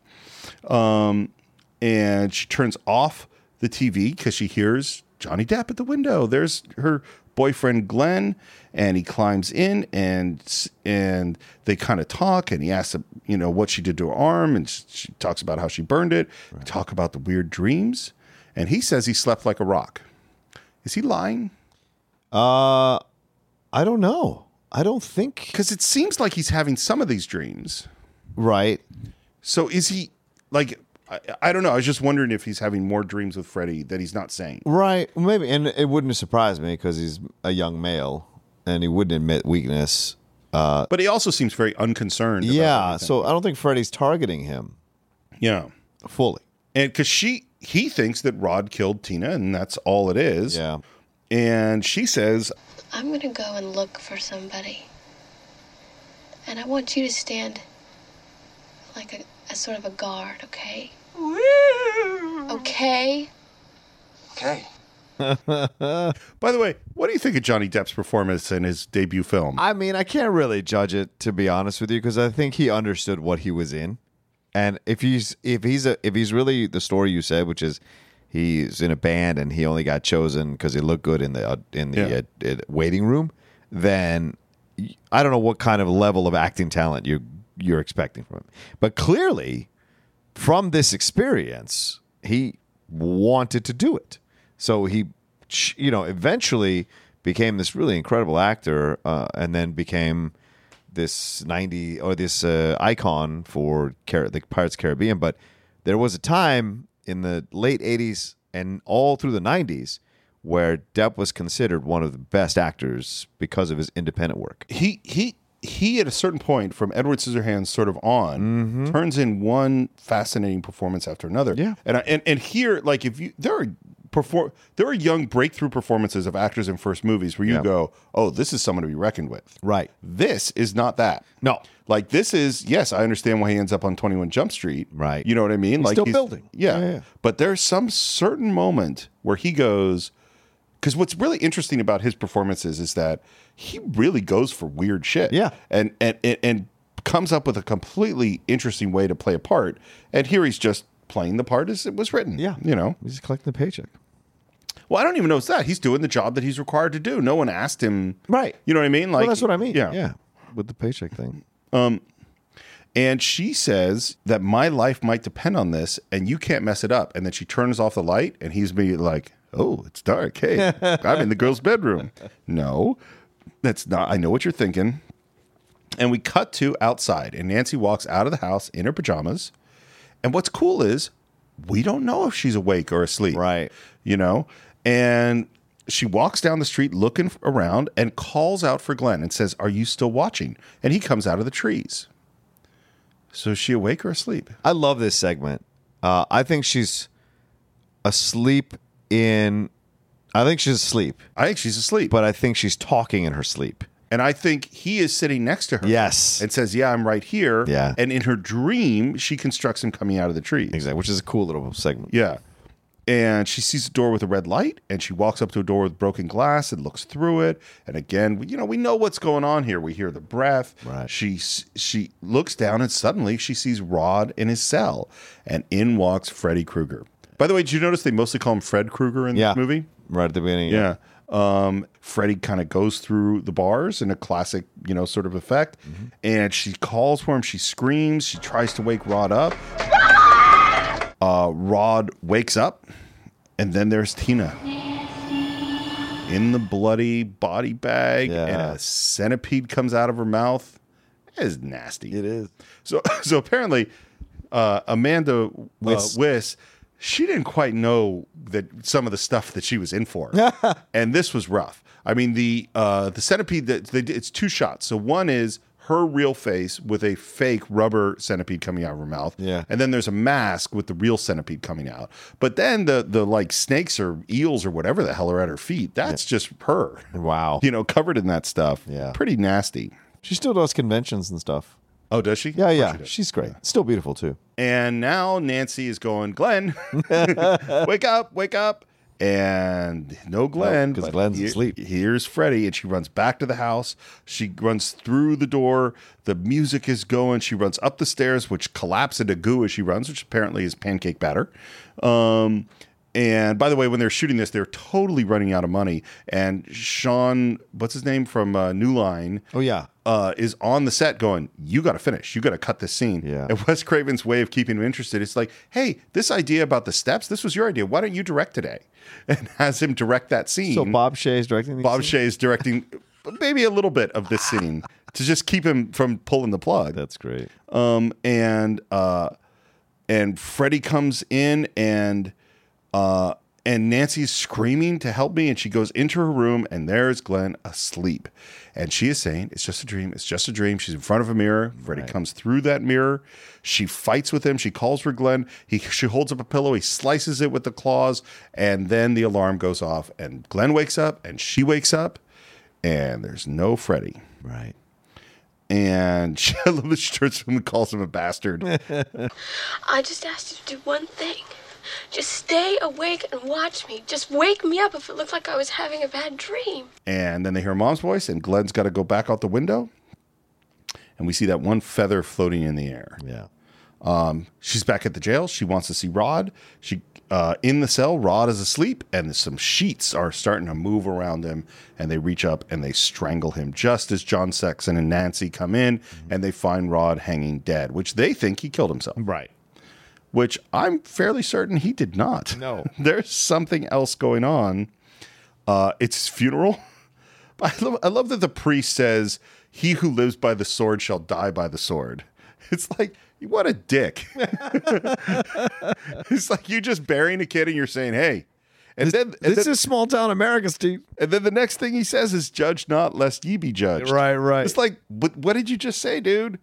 Speaker 2: Um, and she turns off the TV because she hears Johnny Depp at the window. There's her boyfriend Glenn, and he climbs in and s- and they kind of talk. And he asks, her, you know, what she did to her arm, and sh- she talks about how she burned it. They Talk about the weird dreams, and he says he slept like a rock. Is he lying?
Speaker 3: Uh, I don't know. I don't think
Speaker 2: because it seems like he's having some of these dreams,
Speaker 3: right?
Speaker 2: So is he like? I, I don't know. I was just wondering if he's having more dreams with Freddy that he's not saying.
Speaker 3: Right. Well, Maybe. And it wouldn't surprise me because he's a young male and he wouldn't admit weakness. Uh,
Speaker 2: but he also seems very unconcerned. about
Speaker 3: Yeah. So I don't think Freddy's targeting him.
Speaker 2: Yeah,
Speaker 3: fully.
Speaker 2: And because she, he thinks that Rod killed Tina, and that's all it is. Yeah. And she says,
Speaker 5: I'm gonna go and look for somebody. And I want you to stand like a, a sort of a guard, okay? Okay?
Speaker 11: Okay.
Speaker 2: By the way, what do you think of Johnny Depp's performance in his debut film?
Speaker 3: I mean, I can't really judge it to be honest with you because I think he understood what he was in. And if he's if he's a, if he's really the story you said, which is he's in a band and he only got chosen because he looked good in the uh, in the
Speaker 2: Yeah.
Speaker 3: uh, uh, waiting room, then y- I don't know what kind of level of acting talent you you're expecting from him. But clearly, from this experience, he wanted to do it. So he, ch- you know, eventually became this really incredible actor, uh, and then became this ninety or this uh, icon for Car- the Pirates of the Caribbean. But there was a time in the late '80s and all through the '90s where Depp was considered one of the best actors because of his independent work.
Speaker 2: he he he at a certain point from Edward Scissorhands sort of on turns in one fascinating performance after another. Yeah, and I, and and here like if you there are perform there are young breakthrough performances of actors in first movies where you
Speaker 3: Yeah.
Speaker 2: go, oh, this is someone to be reckoned with.
Speaker 3: Right.
Speaker 2: This is not that.
Speaker 3: No.
Speaker 2: Like this is yes, I understand why he ends up on Twenty One Jump Street.
Speaker 3: Right.
Speaker 2: You know what I mean?
Speaker 3: He's
Speaker 2: like
Speaker 3: still building.
Speaker 2: Yeah.
Speaker 3: Yeah, yeah.
Speaker 2: But there's some certain moment where he goes, because what's really interesting about his performances is that he really goes for weird shit. Yeah. And and and, and comes up with a completely interesting way to play a part. And here he's just playing the part as it was written. Yeah. You know.
Speaker 3: He's collecting the paycheck.
Speaker 2: Well, I don't even know it's that. He's doing the job that he's required to do. No one asked him.
Speaker 3: Right.
Speaker 2: You know what I mean? Like
Speaker 3: well, that's what I mean.
Speaker 2: Yeah.
Speaker 3: yeah, with the paycheck thing.
Speaker 2: Um, and she says that my life might depend on this, and you can't mess it up. And then she turns off the light, and he's immediately like, "Oh, it's dark. Hey, I'm in the girl's bedroom." [laughs] No, that's not. I know what you're thinking. And we cut to outside, and Nancy walks out of the house in her pajamas. And what's cool is we don't know if she's awake or asleep.
Speaker 3: Right.
Speaker 2: You know? And she walks down the street looking f- around and calls out for Glenn and says, Are you still watching? And he comes out of the trees. So is she awake or asleep?
Speaker 3: I love this segment. Uh, I think she's asleep in. I think she's asleep.
Speaker 2: I think she's asleep.
Speaker 3: But I think she's talking in her sleep.
Speaker 2: And I think he is sitting next to her.
Speaker 3: Yes.
Speaker 2: And says, Yeah, I'm right here.
Speaker 3: Yeah.
Speaker 2: And in her dream, she constructs him coming out of the trees.
Speaker 3: Exactly. Which is a cool little segment.
Speaker 2: Yeah. And she sees a door with a red light and she walks up to a door with broken glass and looks through it. And again, we- you know, we know what's going on here. We hear the breath. Right. She s- she looks down and suddenly she sees Rod in his cell and in walks Freddy Krueger. By the way, did you notice they mostly call him Fred Krueger in
Speaker 3: Yeah.
Speaker 2: this movie?
Speaker 3: Right at the beginning.
Speaker 2: Yeah. Um, Freddy kind of goes through the bars in a classic, you know, sort of effect. And she calls for him. She screams. She tries to wake Rod up. Uh, Rod wakes up. And then there's Tina in the bloody body bag. And a centipede comes out of her mouth. It is nasty.
Speaker 3: It is.
Speaker 2: So, [laughs] so apparently, uh, Amanda Wiss.
Speaker 3: Wiss.
Speaker 2: Uh, Wiss, she didn't quite know that some of the stuff that she was in
Speaker 3: [laughs]
Speaker 2: for, and this was rough. I mean, the uh, the centipede that they, did- it's two shots. So one is her real face with a fake rubber centipede coming out of her mouth,
Speaker 3: Yeah.
Speaker 2: and then there's a mask with the real centipede coming out. But then the the like snakes or eels or whatever the hell are at her feet. That's just her.
Speaker 3: Wow.
Speaker 2: You know, covered in that stuff.
Speaker 3: Yeah.
Speaker 2: pretty nasty.
Speaker 3: She still does conventions and stuff.
Speaker 2: Oh, does she?
Speaker 3: Yeah, yeah. She's great. Still beautiful too.
Speaker 2: And now Nancy is going,
Speaker 3: [laughs]
Speaker 2: Glenn, [laughs] wake up, wake up. And no Glenn.
Speaker 3: 'cause
Speaker 2: but
Speaker 3: Glenn's asleep.
Speaker 2: Here's Freddie. And she runs back to the house. She runs through the door. The music is going. She runs up the stairs, which collapse into goo as she runs, which apparently is pancake batter. Um, and by the way, when they're shooting this, they're totally running out of money. And Sean, what's his name from uh, New Line?
Speaker 3: Oh yeah.
Speaker 2: uh, is on the set going, you got to finish, you got to cut this scene.
Speaker 3: Yeah.
Speaker 2: And Wes Craven's way of keeping him interested is like, hey, this idea about the steps, this was your idea. Why don't you direct today? [laughs] And has him direct that scene.
Speaker 3: So Bob Shea is directing.
Speaker 2: Mm-hmm.
Speaker 3: These
Speaker 2: Bob
Speaker 3: scenes?
Speaker 2: Shea is directing maybe a little bit of this
Speaker 3: Ah.
Speaker 2: scene to just keep him from pulling the plug.
Speaker 3: That's great.
Speaker 2: Um, and uh, and Freddie comes in and uh, and Nancy's screaming to help me, and she goes into her room, and there's Glenn asleep, and she is saying it's just a dream, it's just a dream. She's in front of a mirror. Freddie comes through that mirror. She fights with him. She calls for Glenn. He she holds up a pillow. He slices it with the claws, and then the alarm goes off, and Glenn wakes up, and she wakes up, and there's no Freddie
Speaker 3: Right.
Speaker 2: and [laughs] she, I love that she turns to him and calls him a bastard.
Speaker 1: I just asked you to do one thing.
Speaker 6: Just stay awake and watch me. Just wake me up if it looked like I was having a bad dream.
Speaker 2: And then they hear mom's voice, and Glenn's got to go back out the window. And we see that one feather floating in the air.
Speaker 3: Yeah.
Speaker 2: Um, she's back at the jail. She wants to see Rod. She uh, in the cell. Rod is asleep, and some sheets are starting to move around him. And they reach up and they strangle him. Just as John Sexton and Nancy come in,
Speaker 3: Mm-hmm.
Speaker 2: and they find Rod hanging dead, which they think he killed himself.
Speaker 3: Right.
Speaker 2: Which I'm fairly certain he did not.
Speaker 3: No.
Speaker 2: [laughs] There's something else going on. Uh, it's his funeral. I love, I love that the priest says, "He who lives by the sword shall die by the sword." [laughs] It's like what a dick. [laughs] it's like you just burying a kid and you're saying, "Hey," and then and
Speaker 3: This
Speaker 2: then-
Speaker 3: is small town America, [laughs] Steve.
Speaker 2: and then the next thing he says is, "Judge not, lest ye be judged."
Speaker 3: Right, right.
Speaker 2: It's like, but what did you just say, dude?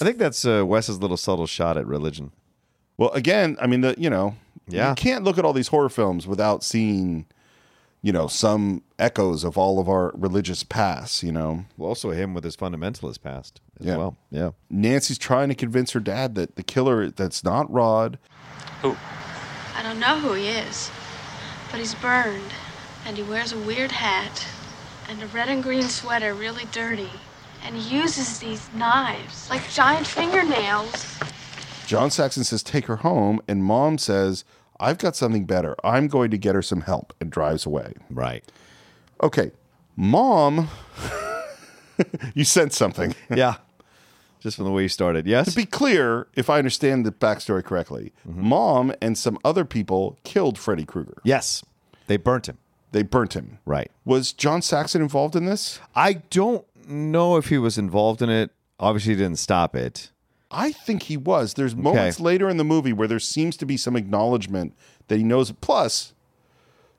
Speaker 3: I think that's uh, Wes's little subtle shot at religion.
Speaker 2: Well, again, I mean, the you know,
Speaker 3: Yeah.
Speaker 2: you can't look at all these horror films without seeing, you know, some echoes of all of our religious past. You know,
Speaker 3: Well, also him with his fundamentalist past as
Speaker 2: Yeah.
Speaker 3: well. Yeah.
Speaker 2: Nancy's trying to convince her dad that the killer that's not Rod.
Speaker 5: I don't know who he is, but he's burned, and he wears a weird hat, and a red and green sweater really dirty, and he uses these knives like giant fingernails.
Speaker 2: John Saxon says, Take her home. And mom says, I've got something better. I'm going to get her some help and drives away.
Speaker 3: Right.
Speaker 2: Okay. Mom, [laughs] you sent something.
Speaker 3: [laughs] yeah. Just from the way you started.
Speaker 2: To
Speaker 3: Yes.
Speaker 2: be clear, if I understand the backstory correctly, mom and some other people killed Freddy Krueger.
Speaker 3: Yes. They burnt him.
Speaker 2: They burnt him.
Speaker 3: Right.
Speaker 2: Was John Saxon involved in this?
Speaker 3: I don't know if he was involved in it. Obviously, he didn't stop it.
Speaker 2: I think he was. There's moments later in the movie where there seems to be some acknowledgement that he knows. Plus,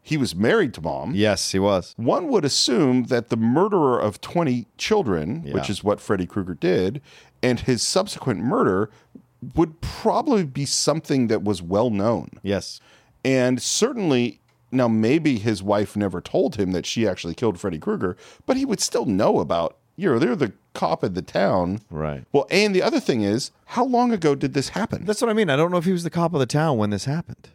Speaker 2: he was married to mom.
Speaker 3: Yes, he was.
Speaker 2: One would assume that the murderer of 20 children, which
Speaker 3: Yeah.
Speaker 2: is what Freddy Krueger did, and his subsequent murder would probably be something that was well known.
Speaker 3: Yes.
Speaker 2: And certainly, now maybe his wife never told him that she actually killed Freddy Krueger, but he would still know about, you know, they're the cop in the town.
Speaker 3: Right.
Speaker 2: Well, and the other thing is, how long ago did this happen?
Speaker 3: That's what I mean. I don't know if he was the cop of the town when this happened.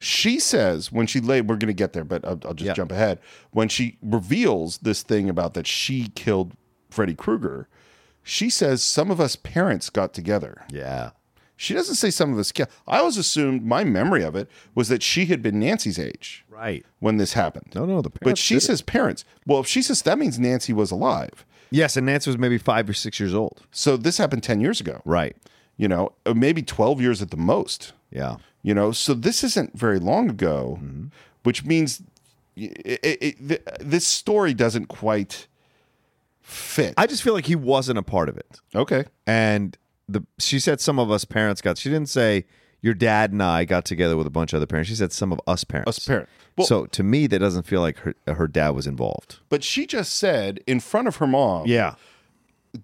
Speaker 2: she says when she lay we're going to get there but i'll, I'll just
Speaker 3: Yeah.
Speaker 2: jump ahead when she reveals this thing about that she killed freddy krueger she says some of us parents got together
Speaker 3: Yeah.
Speaker 2: she doesn't say some of us ki- i always assumed my memory of it was that she had been nancy's age
Speaker 3: Right.
Speaker 2: when this happened
Speaker 3: No, no, the
Speaker 2: but
Speaker 3: parents
Speaker 2: she
Speaker 3: did it.
Speaker 2: says parents well if she says that means nancy was alive
Speaker 3: Yes, and Nancy was maybe five or six years old.
Speaker 2: so this happened 10 years ago
Speaker 3: Right.
Speaker 2: you know or maybe 12 years at the most
Speaker 3: Yeah.
Speaker 2: you know so this isn't very long ago
Speaker 3: Mm-hmm.
Speaker 2: which means y- it, it, it, th- this story doesn't quite fit
Speaker 3: I just feel like he wasn't a part of it.
Speaker 2: okay
Speaker 3: And the she said some of us parents got. She didn't say your dad and I got together with a bunch of other parents. She said some of us parents.
Speaker 2: Us parent. Well-
Speaker 3: so to me, that doesn't feel like her her dad was involved.
Speaker 2: but she just said in front of her mom
Speaker 3: Oh. Yeah.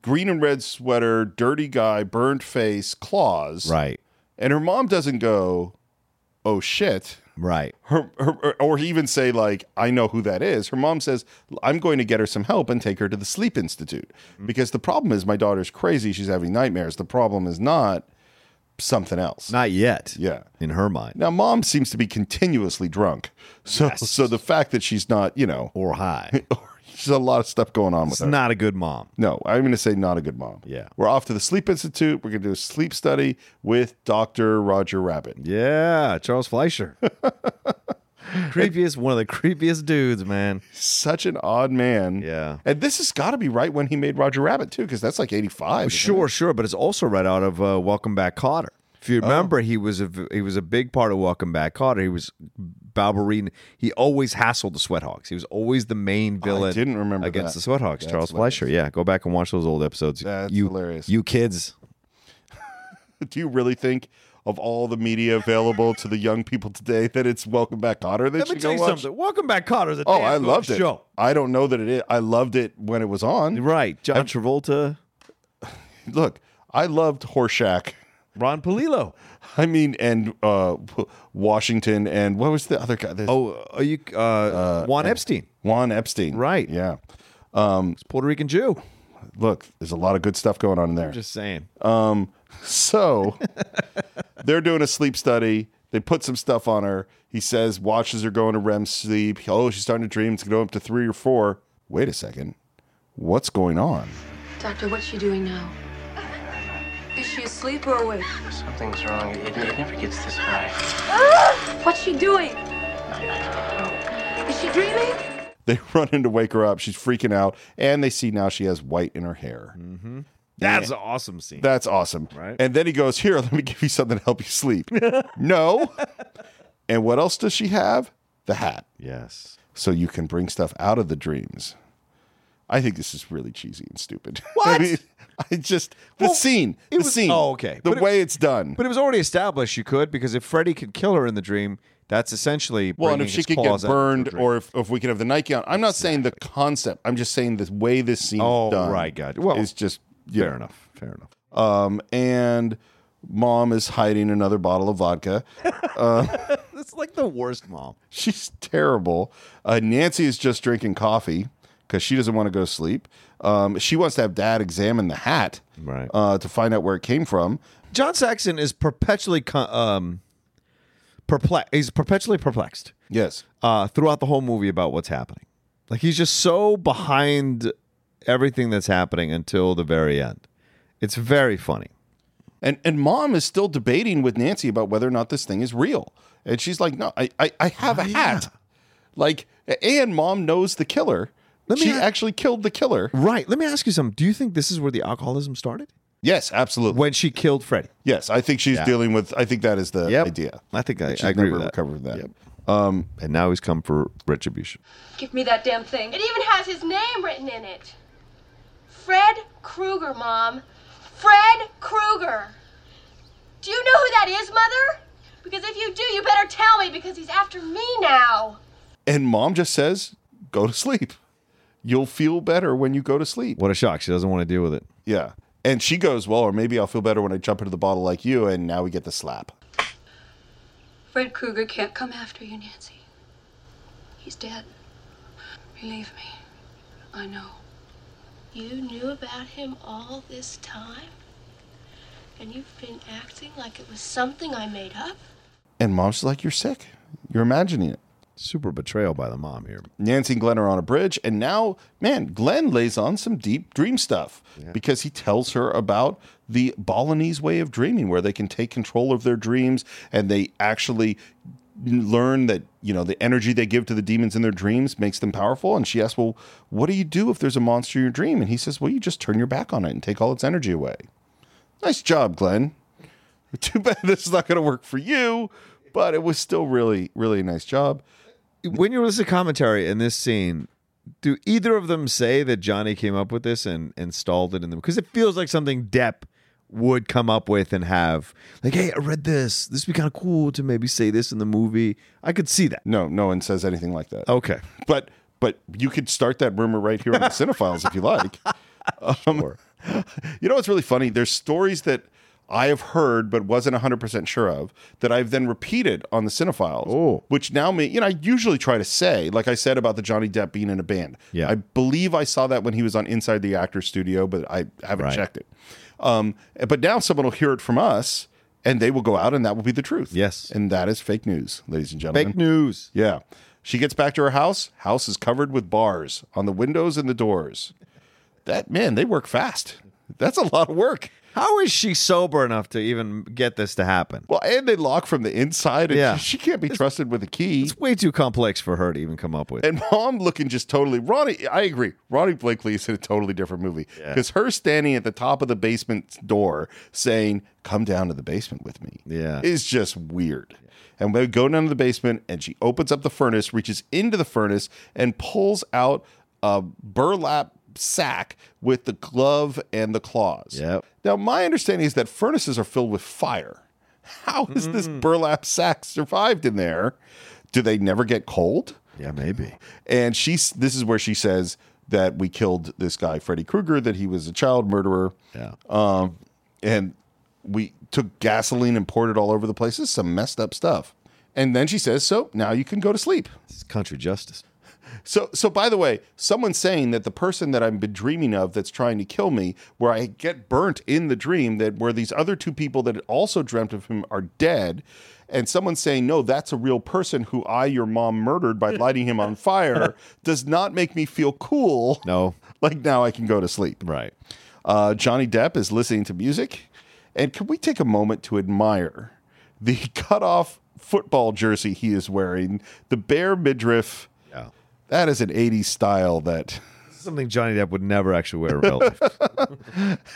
Speaker 2: green and red sweater dirty guy burned face claws
Speaker 3: Right.
Speaker 2: and her mom doesn't go oh shit
Speaker 3: Right.
Speaker 2: her, her, or even say like i know who that is her mom says i'm going to get her some help and take her to the sleep institute
Speaker 3: Mm-hmm.
Speaker 2: because the problem is my daughter's crazy she's having nightmares the problem is not something else
Speaker 3: Not yet.
Speaker 2: Yeah.
Speaker 3: In her mind.
Speaker 2: now mom seems to be continuously drunk so so the fact that she's not you know [laughs]
Speaker 3: Or [laughs] high.
Speaker 2: she's a lot of stuff going on with
Speaker 3: It's
Speaker 2: her
Speaker 3: not a good mom.
Speaker 2: no i'm going to say not a good mom
Speaker 3: Yeah.
Speaker 2: we're off to the sleep institute we're going to do a sleep study with dr roger rabbit
Speaker 3: Yeah, Charles
Speaker 2: [laughs]
Speaker 3: Fleischer. creepiest, one of the creepiest dudes, man.
Speaker 2: such an odd man.
Speaker 3: Yeah.
Speaker 2: And this has got to be right when he made Roger Rabbit too, because that's like eighty five.
Speaker 3: Oh, Sure, sure, but it's also right out of uh, Welcome Back, Cotter. If
Speaker 2: Oh.
Speaker 3: you remember, he was a v- he was a big part of Welcome Back, Cotter. He was Balberine. He always hassled the Sweathawks. He was always the main villain.
Speaker 2: didn't remember
Speaker 3: against
Speaker 2: that.
Speaker 3: the Sweathawks.
Speaker 2: That's
Speaker 3: Charles
Speaker 2: hilarious.
Speaker 3: Fleischer. Yeah, go back and watch those old episodes.
Speaker 2: That's
Speaker 3: you,
Speaker 2: hilarious.
Speaker 3: You kids,
Speaker 2: [laughs] Do you really think of all the media available to the young people today that it's Welcome Back Otter that
Speaker 3: let me
Speaker 2: you
Speaker 3: tell
Speaker 2: go
Speaker 3: you
Speaker 2: watch?
Speaker 3: something. Welcome Back, Cotter is a
Speaker 2: Oh,
Speaker 3: damn
Speaker 2: I
Speaker 3: good
Speaker 2: loved it.
Speaker 3: show.
Speaker 2: I don't know that it is. I loved it when it was on.
Speaker 3: Right, John Travolta,
Speaker 2: Look, I loved Horshack.
Speaker 3: Ron Palillo.
Speaker 2: [laughs] I mean, and uh, P- Washington, and what was the other guy? This-
Speaker 3: Oh, are you uh, Juan Epstein?
Speaker 2: Juan Epstein.
Speaker 3: Right.
Speaker 2: Yeah.
Speaker 3: He's a Puerto Rican Jew.
Speaker 2: Look, there's a lot of good stuff going on in there.
Speaker 3: Just saying.
Speaker 2: So they're doing a sleep study. They put some stuff on her. He says watches are going to REM sleep. Oh, she's starting to dream. It's going to go up to three or four. Wait a second. What's going on? [laughs]
Speaker 6: Doctor, what's she doing now? Is she asleep or awake?
Speaker 11: Something's wrong. It, it never gets this high.
Speaker 6: What's she doing? Is she dreaming?
Speaker 2: They run in to wake her up. She's freaking out, and they see now she has white in her hair. Mm-hmm.
Speaker 14: That's an awesome scene.
Speaker 2: That's awesome.
Speaker 14: Right.
Speaker 2: And then he goes, Here, let me give you something to help you sleep. no. And what else does she have? The hat.
Speaker 14: Yes.
Speaker 2: So you can bring stuff out of the dreams. I think this is really cheesy and stupid. [laughs]
Speaker 14: What?
Speaker 2: I, mean, I just the
Speaker 14: Well,
Speaker 2: scene.
Speaker 14: it
Speaker 2: The
Speaker 14: was-
Speaker 2: scene.
Speaker 14: oh, okay.
Speaker 2: The
Speaker 14: But it-
Speaker 2: way it's done.
Speaker 3: But it was already established you could because if Freddy could kill her in the dream, that's essentially
Speaker 2: Well, and if
Speaker 3: bringing
Speaker 2: she
Speaker 3: his
Speaker 2: could get
Speaker 3: claws out of her
Speaker 2: burned,
Speaker 3: dream.
Speaker 2: or if, if we could have the Nike on, I'm not saying the concept. I'm just saying the way this scene
Speaker 3: Oh,
Speaker 2: is done.
Speaker 3: right, gotcha. Well,
Speaker 2: is just
Speaker 3: fair
Speaker 2: yeah.
Speaker 3: enough, fair enough.
Speaker 2: Um, and mom is hiding another bottle of vodka. Uh,
Speaker 14: That's like the worst mom.
Speaker 2: she's terrible. Uh, Nancy is just drinking coffee because she doesn't want to go to sleep. Um, she wants to have dad examine the hat
Speaker 3: Right.
Speaker 2: uh, to find out where it came from.
Speaker 3: John Saxon is perpetually con- um perplex he's perpetually perplexed
Speaker 2: Yes.
Speaker 3: uh throughout the whole movie about what's happening. Like he's just so behind everything that's happening until the very end. It's very funny.
Speaker 2: And and mom is still debating with Nancy about whether or not this thing is real. And she's like, no, I, I, I have a hat. Like, and mom knows the killer.
Speaker 3: Let me
Speaker 2: she
Speaker 3: a-
Speaker 2: actually killed the killer.
Speaker 3: Right. Let me ask you something. Do you think this is where the alcoholism started?
Speaker 2: Yes, absolutely.
Speaker 3: When she killed Freddy.
Speaker 2: Yes, I think she's
Speaker 3: Yeah.
Speaker 2: dealing with. I think that is the
Speaker 3: Yep.
Speaker 2: idea.
Speaker 3: I think I,
Speaker 2: She's
Speaker 3: I agree
Speaker 2: never
Speaker 3: with that.
Speaker 2: recovered that.
Speaker 3: Um, and now he's come for retribution.
Speaker 5: Give me that damn thing.
Speaker 6: It even has his name written in it. Fred Krueger, Mom.
Speaker 4: Fred Krueger. Do you know who that is, Mother? Because if you do, you better tell me because he's after me now.
Speaker 2: And mom just says, go to sleep. You'll feel better when you go to sleep.
Speaker 3: What a shock. She doesn't want to deal with it.
Speaker 2: Yeah. And she goes, well, or maybe I'll feel better when I jump into the bottle like you. And now we get the slap.
Speaker 5: Fred Krueger can't come after you, Nancy. He's dead. Believe me. I know.
Speaker 1: You knew about him all this time? And you've been acting like it was something I made up?
Speaker 2: And mom's like, you're sick. You're imagining it.
Speaker 3: Super betrayal by the mom here.
Speaker 2: Nancy and Glenn are on a bridge, and now, man, Glenn lays on some deep dream stuff because he tells her about the Balinese way of dreaming, where they can take control of their dreams and they actually learn that you know the energy they give to the demons in their dreams makes them powerful. And she asks, "Well, what do you do if there's a monster in your dream?" And he says, "Well, you just turn your back on it and take all its energy away." Nice job, Glenn. [laughs] Too bad this is not going to work for you, but it was still really, really a nice job.
Speaker 3: When you listen to commentary in this scene, do either of them say that Johnny came up with this and installed it in them? Because it feels like something Depp would come up with and have. Like, hey, I read this. This would be kind of cool to maybe say this in the movie. I could see that.
Speaker 2: No, no one says anything like that.
Speaker 3: Okay.
Speaker 2: But but you could start that rumor right here on
Speaker 3: [laughs]
Speaker 2: the Cinephiles if you like. Um, You know what's really funny? There's stories that I have heard but wasn't 100% sure of that I've then repeated on the Cinephiles, which now me, you know, I usually try to say, like I said about the Johnny Depp being in a band.
Speaker 3: Yeah.
Speaker 2: I believe I saw that when he was on Inside the Actors Studio, but I haven't
Speaker 3: Right.
Speaker 2: checked it. Um, but now someone will hear it from us and they will go out and that will be the truth.
Speaker 3: Yes.
Speaker 2: And that is fake news, ladies and gentlemen.
Speaker 3: Fake news.
Speaker 2: Yeah. She gets back to her house. House is covered with bars on the windows and the doors. That man, they work fast. That's a lot of work.
Speaker 3: How is she sober enough to even get this to happen?
Speaker 2: Well, and they lock from the inside. And
Speaker 3: Yeah.
Speaker 2: she, she can't be trusted with a key.
Speaker 3: It's way too complex for her to even come up with.
Speaker 2: And [laughs] mom looking just totally Ronnie. I agree. Ronnie Blakely is in a totally different movie because her standing at the top of the basement door saying, "Come down to the basement with me,"
Speaker 3: Yeah.
Speaker 2: is just weird. And we go down to the basement, and she opens up the furnace, reaches into the furnace, and pulls out a burlap sack with the glove and the claws.
Speaker 3: Yep.
Speaker 2: Now, my understanding is that furnaces are filled with fire. How has this
Speaker 3: Mm.
Speaker 2: burlap sack survived in there? Do they never get cold?
Speaker 3: yeah, maybe.
Speaker 2: And she's this is where she says that we killed this guy Freddy Krueger, that he was a child murderer.
Speaker 3: Yeah.
Speaker 2: Um, and we took gasoline and poured it all over the place. This is some messed up stuff. And then she says, "So now you can go to sleep."
Speaker 3: It's country justice.
Speaker 2: So, so by the way, someone's saying that the person that I've been dreaming of that's trying to kill me, where I get burnt in the dream, that where these other two people that had also dreamt of him are dead, and someone saying, no, that's a real person who I, your mom, murdered by lighting him on fire does not make me feel cool.
Speaker 3: No.
Speaker 2: [laughs] Like now I can go to sleep.
Speaker 3: Right.
Speaker 2: Uh, Johnny Depp is listening to music. And can we take a moment to admire the [laughs] cutoff football jersey he is wearing, the bare midriff?
Speaker 3: Yeah.
Speaker 2: That is an 80s style that. [laughs]
Speaker 3: Something Johnny Depp would never actually wear in real [laughs] life.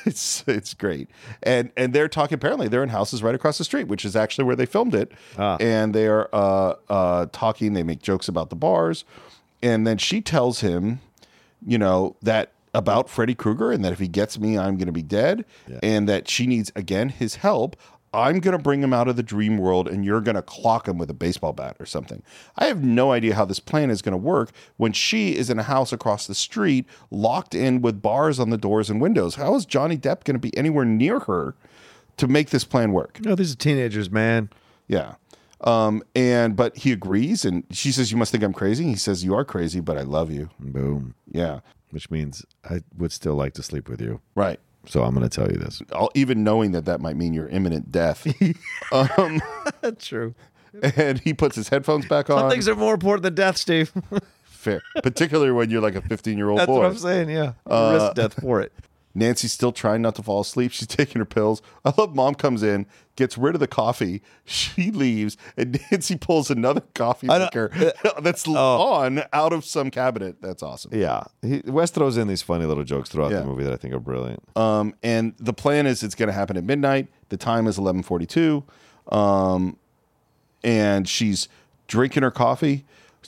Speaker 2: it's it's great. And and they're talking apparently they're in houses right across the street, which is actually where they filmed it. And they are uh, uh, talking, they make jokes about the bars, and then she tells him, you know, that about Freddy Krueger and that if he gets me, I'm gonna be dead, and that she needs again his help. I'm gonna bring him out of the dream world and you're gonna clock him with a baseball bat or something. I have no idea how this plan is gonna work when she is in a house across the street, locked in with bars on the doors and windows. How is Johnny Depp gonna be anywhere near her to make this plan work?
Speaker 3: No, these are teenagers, man.
Speaker 2: Yeah. Um, and but he agrees and she says, You must think I'm crazy. He says, You are crazy, but I love you.
Speaker 3: Boom.
Speaker 2: Yeah.
Speaker 3: Which means I would still like to sleep with you.
Speaker 2: Right.
Speaker 3: So I'm going to tell you this.
Speaker 2: All, even knowing that that might mean your imminent
Speaker 3: [laughs]
Speaker 2: death. um,
Speaker 3: True.
Speaker 2: and he puts his headphones back on.
Speaker 3: Some things are more important than death, Steve. [laughs]
Speaker 2: Fair, particularly when you're like a 15 year old
Speaker 3: That's
Speaker 2: boy.
Speaker 3: what I'm saying. Yeah.
Speaker 2: Uh,
Speaker 3: risk death for it.
Speaker 2: Nancy's still trying not to fall asleep. She's [laughs] taking her pills. I love mom comes in, gets rid of the coffee. She leaves, and [laughs] Nancy pulls another coffee maker [laughs]
Speaker 3: uh,
Speaker 2: that's
Speaker 3: oh.
Speaker 2: on out of some cabinet. That's awesome.
Speaker 3: [laughs] Yeah. He, West throws in these funny little jokes throughout
Speaker 2: Yeah.
Speaker 3: the movie that I think are brilliant.
Speaker 2: Um, and the plan is it's going to happen at midnight. The time is 11:42. Um, and she's drinking her coffee.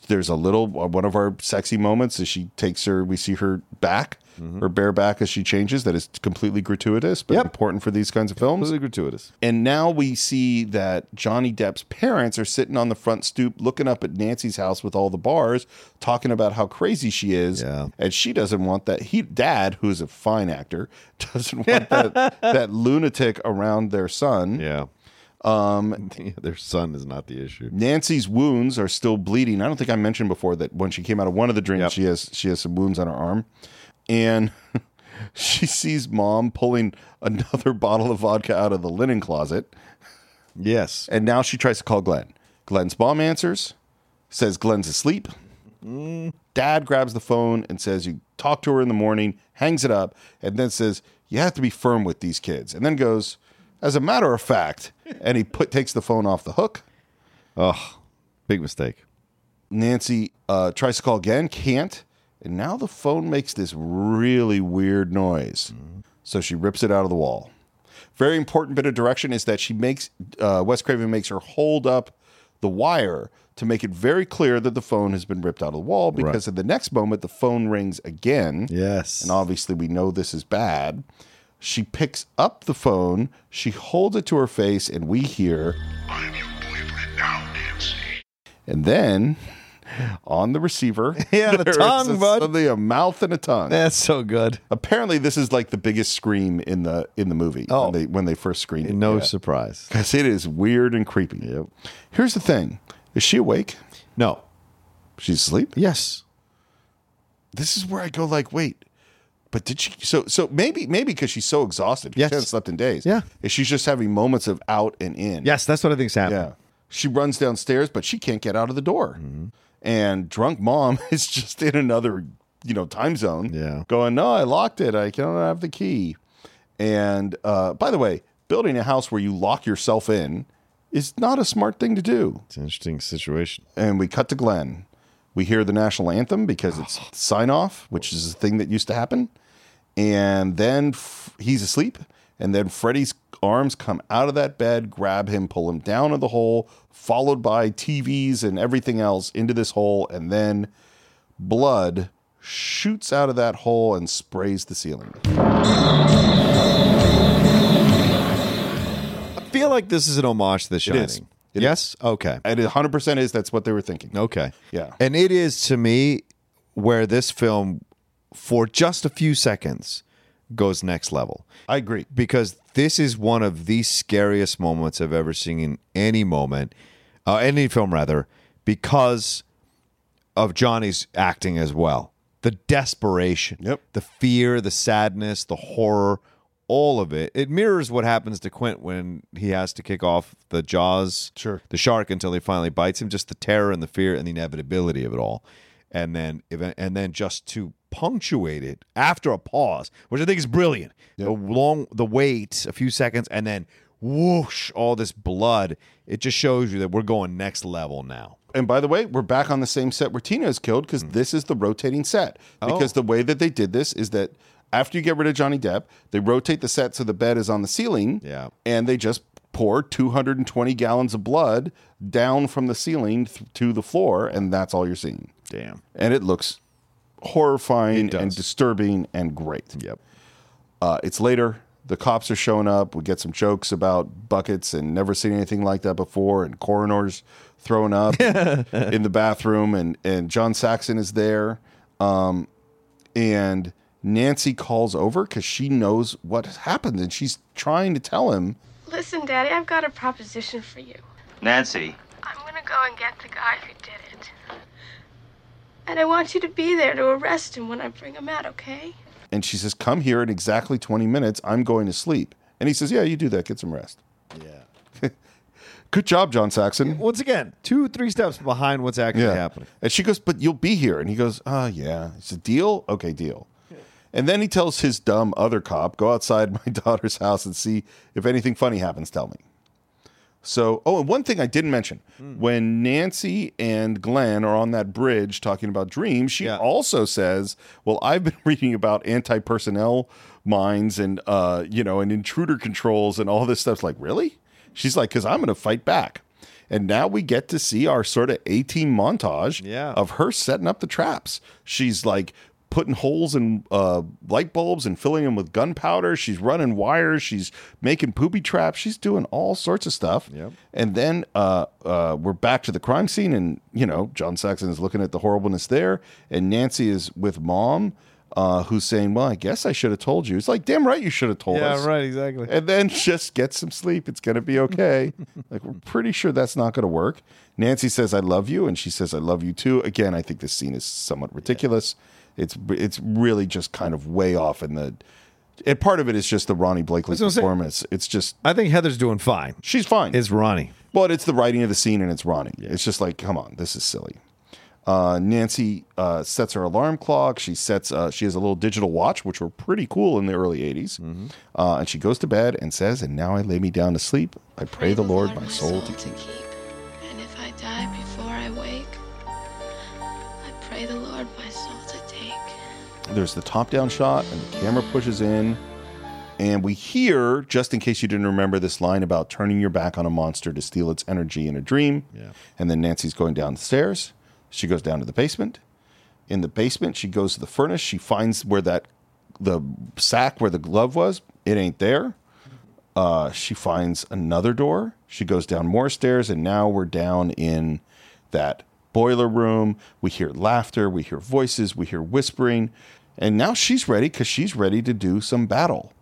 Speaker 2: There's a little uh, one of our sexy moments as she takes her. We see her back, her bare back as she changes. That is completely gratuitous, but important for these kinds of films.
Speaker 3: Completely gratuitous.
Speaker 2: And now we see that Johnny Depp's parents are sitting on the front stoop looking up at Nancy's house with all the bars, talking about how crazy she is. And she doesn't want that. He dad, who's a fine actor, [laughs] doesn't want that that lunatic around their son.
Speaker 3: Yeah. [laughs]
Speaker 2: Um
Speaker 3: their son is not the issue.
Speaker 2: Nancy's wounds are still bleeding. I don't think I mentioned before that when she came out of one of the dreams, she has she has some wounds on her arm, and [laughs] she sees mom pulling another [laughs] bottle of vodka out of the linen closet.
Speaker 3: Yes,
Speaker 2: and now she tries to call Glenn. Glenn's mom answers, says Glenn's asleep. Dad grabs the phone and says, "You talk to her in the morning." Hangs it up and then says, "You have to be firm with these kids." And then goes, "As a matter of fact," and he put takes the phone off the hook.
Speaker 3: Oh, big mistake.
Speaker 2: Nancy uh, tries to call again, can't. And now the phone makes this really weird noise. So she rips it out of the wall. Very important bit of direction is that she makes, uh, Wes Craven makes her hold up the wire to make it very clear that the phone has been ripped out of the wall because in the next moment the phone rings again.
Speaker 3: Yes.
Speaker 2: And obviously we know this is bad. She picks up the phone, she holds it to her face, and we hear. And then on the receiver,
Speaker 3: [laughs] Yeah,
Speaker 2: [laughs]
Speaker 3: the
Speaker 2: there is
Speaker 3: tongue,
Speaker 2: a-
Speaker 3: bud.
Speaker 2: Suddenly a mouth and a tongue.
Speaker 3: [laughs] That's so good.
Speaker 2: Apparently, this is like the biggest scream in the in the movie
Speaker 3: Oh.
Speaker 2: when they when they first screened it.
Speaker 3: No surprise.
Speaker 2: because it is weird and creepy. Here's the thing: is she awake?
Speaker 3: No,
Speaker 2: she's asleep.
Speaker 3: Yes.
Speaker 2: This is where I go like, wait, but did she? So so maybe maybe because she's so exhausted, she hasn't slept in days.
Speaker 3: Yeah.
Speaker 2: is she's just having moments of out and in.
Speaker 3: Yes, that's what I think's happening.
Speaker 2: Yeah. She runs downstairs, but she can't get out of the door. And drunk mom [laughs] is just in another, you know, time zone.
Speaker 3: Yeah.
Speaker 2: Going, no, I locked it. I don't have the key. And uh, by the way, building a house where you lock yourself in is not a smart thing to do.
Speaker 3: It's an interesting situation.
Speaker 2: And we cut to Glenn. We hear the national anthem because it's sign off, which is a thing that used to happen. And then f- he's asleep. And then Freddy's arms come out of that bed, grab him, pull him down in the hole, followed by TVs and everything else into this hole. And then blood shoots out of that hole and sprays the ceiling.
Speaker 3: I feel like this is an homage to The Shining.
Speaker 2: is.
Speaker 3: yes. Okay.
Speaker 2: And it 100% is that's what they were thinking.
Speaker 3: Okay.
Speaker 2: Yeah.
Speaker 3: And it is to me where this film, for just a few seconds, goes next level.
Speaker 2: I agree.
Speaker 3: Because this is one of the scariest moments I've ever seen in any moment, uh, any film rather, because of Johnny's acting as well. The desperation,
Speaker 2: yep.
Speaker 3: the fear, the sadness, the horror, all of it. It mirrors what happens to Quint when he has to kick off the jaws,
Speaker 14: sure.
Speaker 3: the shark until he finally bites him. Just the terror and the fear and the inevitability of it all, and then and then just to punctuate it after a pause, which I think is brilliant. The long the wait, a few seconds, and then whoosh, all this blood. It just shows you that we're going next level now.
Speaker 2: And by the way, we're back on the same set where Tina is killed because this is the rotating set.
Speaker 3: Hmm. Oh.
Speaker 2: Because the way that they did this is that after you get rid of Johnny Depp, they rotate the set so the bed is on the ceiling.
Speaker 3: Yeah.
Speaker 2: And they just pour 220 gallons of blood down from the ceiling th- to the floor. And that's all you're seeing.
Speaker 3: Damn.
Speaker 2: And it looks horrifying and disturbing and great.
Speaker 3: Yep.
Speaker 2: Uh, it's later. The cops are showing up. We get some jokes about buckets and never seen anything like that before, and coroners thrown up in the bathroom, and and John Saxon is there, um, and Nancy calls over because she knows what has happened, and she's trying to tell him.
Speaker 5: Listen, Daddy, I've got a proposition for you.
Speaker 8: Nancy.
Speaker 5: I'm gonna go and get the guy who did it. And I want you to be there to arrest him when I bring him out, okay?
Speaker 2: And she says, "Come here in exactly twenty minutes. I'm going to sleep." And he says, "Yeah, you do that. Get some rest." Yeah. [laughs] Good job, John Saxon.
Speaker 3: Once again, two three steps behind what's actually happening.
Speaker 2: And she goes, "But you'll be here." And he goes, "Ah, yeah. It's a deal. Okay, deal." And then he tells his dumb other cop, "Go outside [laughs] my daughter's house and see if anything funny happens. Tell me." So, oh, and one thing I didn't mention when Nancy and Glenn are on that bridge talking about dreams, she also says, Well, I've been [laughs] reading about anti personnel mines and, uh, you know, and intruder controls and all this stuff's like, Really? She's like, Because I'm going to fight back. And now we get to see our sort of A team montage
Speaker 3: Yeah.
Speaker 2: of her setting up the traps. She's like, Putting holes in uh, light bulbs and filling them with gunpowder. She's running wires. She's making booby traps. She's doing all sorts of stuff.
Speaker 3: Yep.
Speaker 2: And then uh, uh, we're back to the crime scene, and you know John Saxon is looking at the horribleness there, and Nancy is with mom, uh, who's saying, "Well, I guess I should have told you." It's like, damn right, you should have told us.
Speaker 3: Yeah, right, exactly.
Speaker 2: And then [laughs] just get some sleep. It's gonna be okay. like we're pretty sure that's not gonna work. Nancy says, "I love you," and she says, "I love you too." Again, I think this scene is somewhat ridiculous. It's it's really just kind of way off in the. And part of it is just the Ronnie Blakely
Speaker 3: That's what I'm saying.
Speaker 2: performance. It's just
Speaker 3: I think Heather's doing fine.
Speaker 2: She's fine.
Speaker 3: It's Ronnie.
Speaker 2: But it's the writing of the scene and it's Ronnie. It's just like, come on, this is silly. Uh, Nancy uh, sets her alarm clock. She sets. Uh, she has a little digital watch, which were pretty cool in the early '80s. Uh, and she goes to bed and says, "And now I lay me down to sleep. I pray the Lord my soul to keep."
Speaker 1: And if I die before I wake, I pray the Lord my soul to take.
Speaker 2: There's the top-down shot, and the camera pushes in, and we hear, just in case you didn't remember this line about turning your back on a monster to steal its energy in a dream.
Speaker 3: Yeah.
Speaker 2: And then Nancy's going downstairs. She goes down to the basement. In the basement, she goes to the furnace. She finds where that the sack where the glove was. It ain't there. Uh, she finds another door. She goes down more stairs, and now we're down in that boiler room. We hear laughter. We hear voices. We hear whispering. And now she's ready because she's ready to do some battle.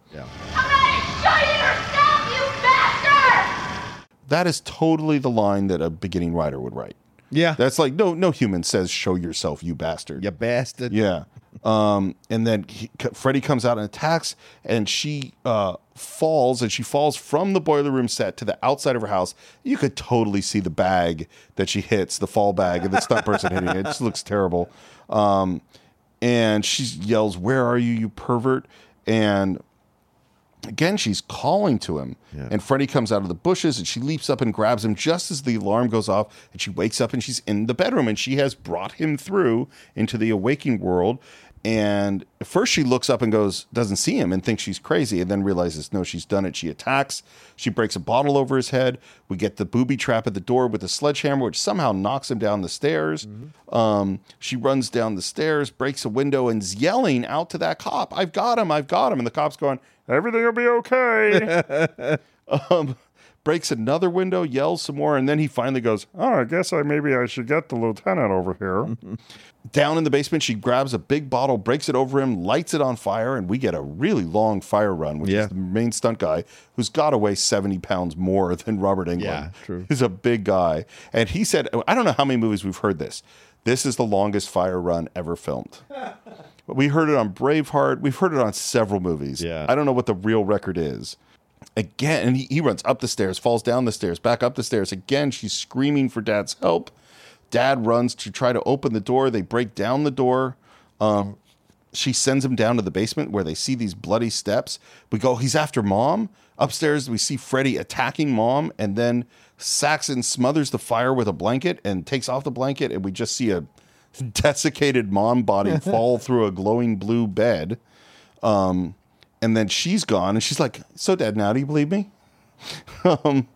Speaker 2: That is totally the line that a beginning writer would write.
Speaker 3: Yeah.
Speaker 2: That's like no no human says show yourself you bastard.
Speaker 3: You bastard.
Speaker 2: Yeah. Um and then he, C- Freddy comes out and attacks and she uh falls and she falls from the boiler room set to the outside of her house. You could totally see the bag that she hits, the fall bag and the stunt person hitting it. It just looks terrible. Um and she yells, "Where are you, you pervert?" and again she's calling to him and freddy comes out of the bushes and she leaps up and grabs him just as the alarm goes off and she wakes up and she's in the bedroom and she has brought him through into the awaking world and at first she looks up and goes doesn't see him and thinks she's crazy and then realizes no she's done it she attacks she breaks a bottle over his head we get the booby trap at the door with a sledgehammer which somehow knocks him down the stairs um, she runs down the stairs breaks a window and is yelling out to that cop i've got him i've got him and the cop's going everything will be okay. um, breaks another window, yells some more, and then he finally goes, "Oh, I guess I maybe I should get the lieutenant over here."
Speaker 14: [laughs]
Speaker 2: Down in the basement, she grabs a big bottle, breaks it over him, lights it on fire, and we get a really long fire run, which is the main stunt guy who's got to weigh seventy pounds more than Robert Englund.
Speaker 14: Yeah, true.
Speaker 2: He's a big guy, and he said, "I don't know how many movies we've heard this. This is the longest fire run ever filmed." We heard it on Braveheart. We've heard it on several movies.
Speaker 3: Yeah.
Speaker 2: I don't know what the real record is. Again, and he, he runs up the stairs, falls down the stairs, back up the stairs. Again, she's screaming for dad's help. Dad runs to try to open the door. They break down the door. Um, she sends him down to the basement where they see these bloody steps. We go, he's after mom. Upstairs, we see Freddy attacking mom, and then Saxon smothers the fire with a blanket and takes off the blanket, and we just see a [laughs] desiccated mom body fall through a glowing blue bed. Um, and then she's gone, and she's like, "So dead now? Do you believe me?" [laughs] um,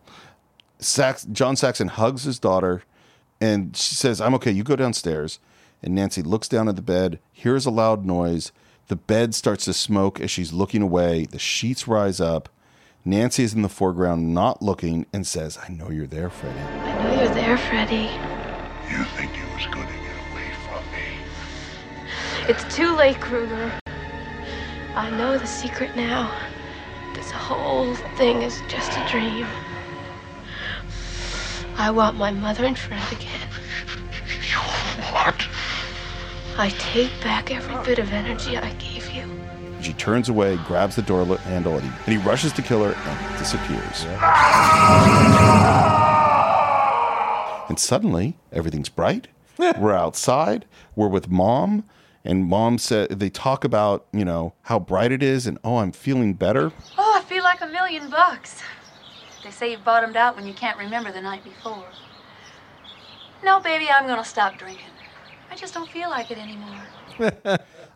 Speaker 2: Sax- John Saxon hugs his daughter, and she says, "I'm okay. You go downstairs." And Nancy looks down at the bed, hears a loud noise. The bed starts to smoke as she's looking away. The sheets rise up. Nancy is in the foreground, not looking, and says, I know you're there, Freddy.
Speaker 5: I know you're there, Freddy.
Speaker 11: You think you was gonna get away from me?
Speaker 5: It's too late, Kruger. I know the secret now. This whole thing is just a dream. I want my mother and friend again.
Speaker 11: What?
Speaker 5: I take back every bit of energy I gave you.
Speaker 2: She turns away, grabs the door handle, and he, and he rushes to kill her and disappears. And suddenly, everything's bright. We're outside. We're with mom, and mom said they talk about you know how bright it is, and oh, I'm feeling better.
Speaker 15: Oh, I feel like a million bucks. They say you bottomed out when you can't remember the night before. No, baby, I'm gonna stop drinking. I just don't feel like it anymore.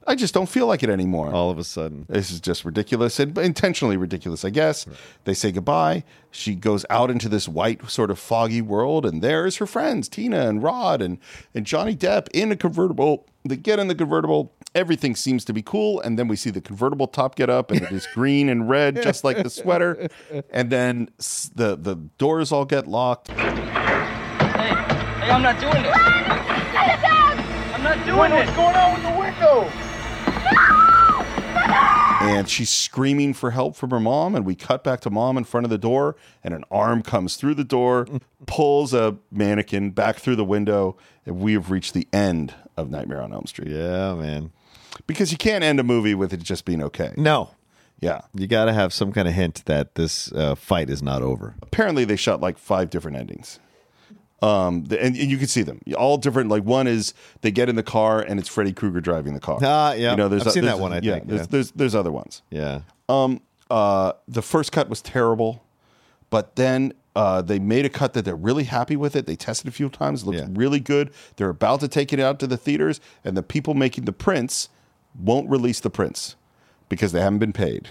Speaker 2: I just don't feel like it anymore. All of a sudden. This is just ridiculous and intentionally ridiculous, I guess. They say goodbye. She goes out into this white, sort of foggy world, and there's her friends, Tina and Rod and, and Johnny Depp in a convertible. They get in the convertible. Everything seems to be cool. And then we see the convertible top get up, and it is green and red, just like the sweater. And then s- the, the doors all get locked.
Speaker 16: Hey, I'm not doing this. Let it down! I'm not doing this. What's going on with the window?
Speaker 2: and she's screaming for help from her mom and we cut back to mom in front of the door and an arm comes through the
Speaker 3: [laughs]
Speaker 2: door pulls a mannequin back through the window and we have reached the end of nightmare on elm street yeah man because you can't end a movie with it just being okay
Speaker 3: No.
Speaker 2: Yeah.
Speaker 3: You got to have some kind of hint that this uh, fight is not over.
Speaker 2: apparently they shot like five different endings um the- and, and you can see them all different like one is they get in the car and it's freddy krueger driving the car
Speaker 3: Ah, yeah.
Speaker 2: you know there's
Speaker 3: I've seen
Speaker 2: there's-
Speaker 3: that one, I
Speaker 2: yeah,
Speaker 3: think,
Speaker 2: there's,
Speaker 3: yeah.
Speaker 2: there's there's other ones
Speaker 3: Yeah.
Speaker 2: Um, uh, the first cut was terrible, but then uh, they made a cut that they're really happy with it. They tested a few times, it looked really good. They're about to take it out to the theaters, and the people making the prints won't release the prints because they haven't been
Speaker 3: [laughs]
Speaker 2: paid.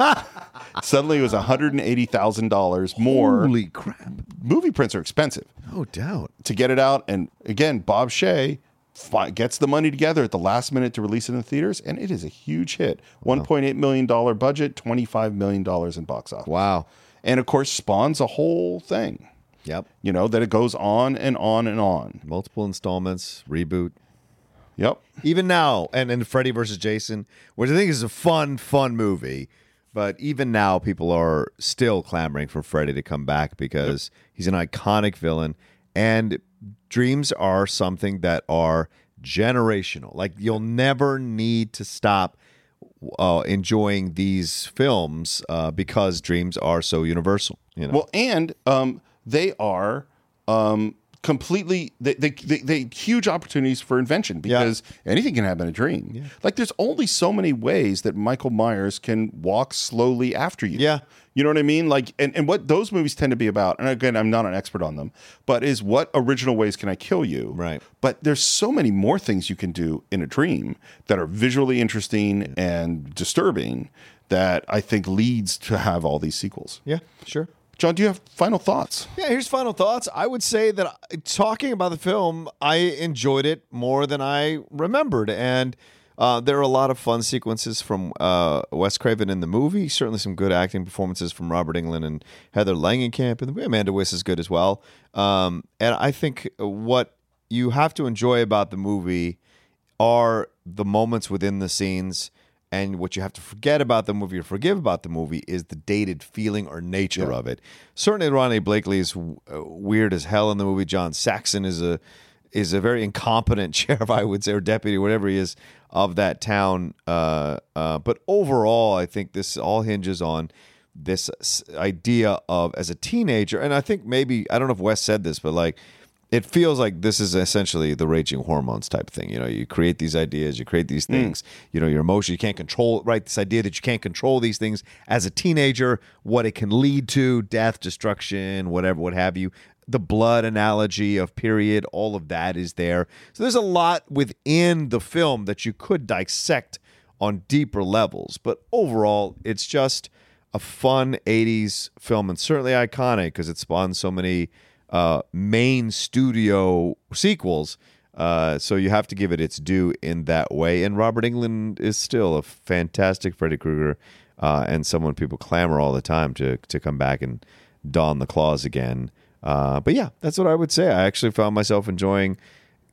Speaker 2: Suddenly, it was one hundred and eighty thousand dollars more.
Speaker 3: Holy crap!
Speaker 2: Movie prints are expensive
Speaker 3: No doubt.
Speaker 2: to get it out. And again, Bob Shea fi- gets the money together at the last minute to release it in the theaters, and it is a huge hit. $1.8 million budget, $25 million in box office. Wow. And of course, spawns a whole thing.
Speaker 3: Yep.
Speaker 2: You know, that it goes on and on and on.
Speaker 3: Multiple installments, reboot.
Speaker 2: Yep.
Speaker 3: Even now, and and Freddy versus Jason, which I think is a fun, fun movie, but even now people are still clamoring for Freddy to come back because he's an iconic villain, and dreams are something that are generational. Like you'll never need to stop uh, enjoying these films uh, because dreams are so universal. You know.
Speaker 2: Well, and um, they are um, completely they, they, they they huge opportunities for invention because anything can happen in a dream. Like there's only so many ways that Michael Myers can walk slowly after you. Yeah. You know what I mean? Like and, and what those movies tend to be about, and again, I'm not an expert on them, but is what original ways can I kill you? Right. But there's so many more things you can do in a dream that are visually interesting and disturbing that I think leads to have all these sequels.
Speaker 3: Yeah, sure.
Speaker 2: John, do you have final thoughts?
Speaker 3: Yeah, here's final thoughts. I would say that uh, talking about the film, I enjoyed it more than I remembered, and uh, there are a lot of fun sequences from uh, Wes Craven in the movie. Certainly, some good acting performances from Robert Englund and Heather Langenkamp, and Amanda Wiss is good as well. Um, and I think what you have to enjoy about the movie are the moments within the scenes. And what you have to forget about the movie or forgive about the movie is the dated feeling or nature of it. Certainly, Ronnie Blakely is w- uh, weird as hell in the movie. John Saxon is a is a very incompetent [laughs] sheriff, I would say, or deputy, whatever he is, of that town. Uh, uh, but overall, I think this all hinges on this s- idea of as a teenager, and I think maybe I don't know if Wes said this, but like it feels like this is essentially the raging hormones type thing. You know, you create these ideas, you create these things. You know, your emotion, you can't control. Right, this idea that you can't control these things as a teenager, what it can lead to, death, destruction, whatever, what have you. The blood analogy of period, all of that is there. So there's a lot within the film that you could dissect on deeper levels. But overall, it's just a fun 80s film and certainly iconic because it spawned so many uh, main studio sequels. Uh, so you have to give it its due in that way. And Robert England is still a fantastic Freddy Krueger uh, and someone people clamor all the time to, to come back and don the claws again. Uh, but yeah, that's what I would say. I actually found myself enjoying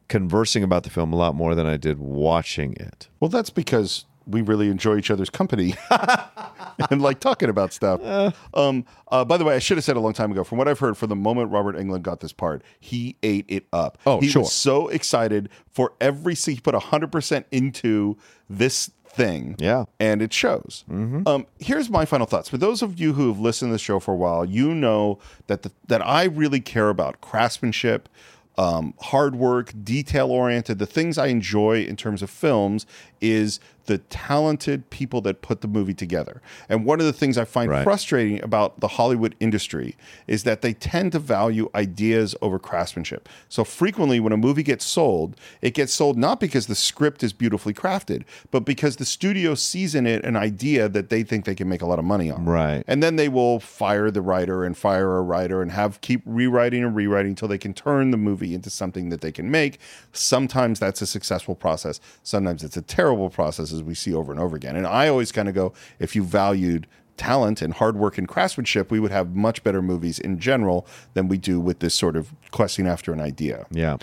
Speaker 3: conversing about the film a lot more than I did watching it.
Speaker 2: Well, that's because we really enjoy each other's company [laughs] and like talking about stuff. Um, uh, by the way, I should have said a long time ago. From what I've heard, from the moment Robert England got this part, he ate it up.
Speaker 3: Oh,
Speaker 2: he
Speaker 3: sure.
Speaker 2: was so excited for every scene. He put hundred percent into this thing.
Speaker 3: Yeah,
Speaker 2: and it shows. Um, here's my final thoughts. For those of you who have listened to the show for a while, you know that the, that I really care about craftsmanship um, hard work, detail oriented. The things I enjoy in terms of films is the talented people that put the movie together. And one of the things I find frustrating about the Hollywood industry is that they tend to value ideas over craftsmanship. So frequently, when a movie gets sold, it gets sold not because the script is beautifully crafted, but because the studio sees in it an idea that they think they can make a lot of money on.
Speaker 3: Right.
Speaker 2: And then they will fire the writer and fire a writer and have keep rewriting and rewriting until they can turn the movie into something that they can make. Sometimes that's a successful process. Sometimes it's a terrible process as we see over and over again. And I always kind of go, if you valued talent and hard work and craftsmanship, we would have much better movies in general than we do with this sort of questing after an idea
Speaker 3: Yeah.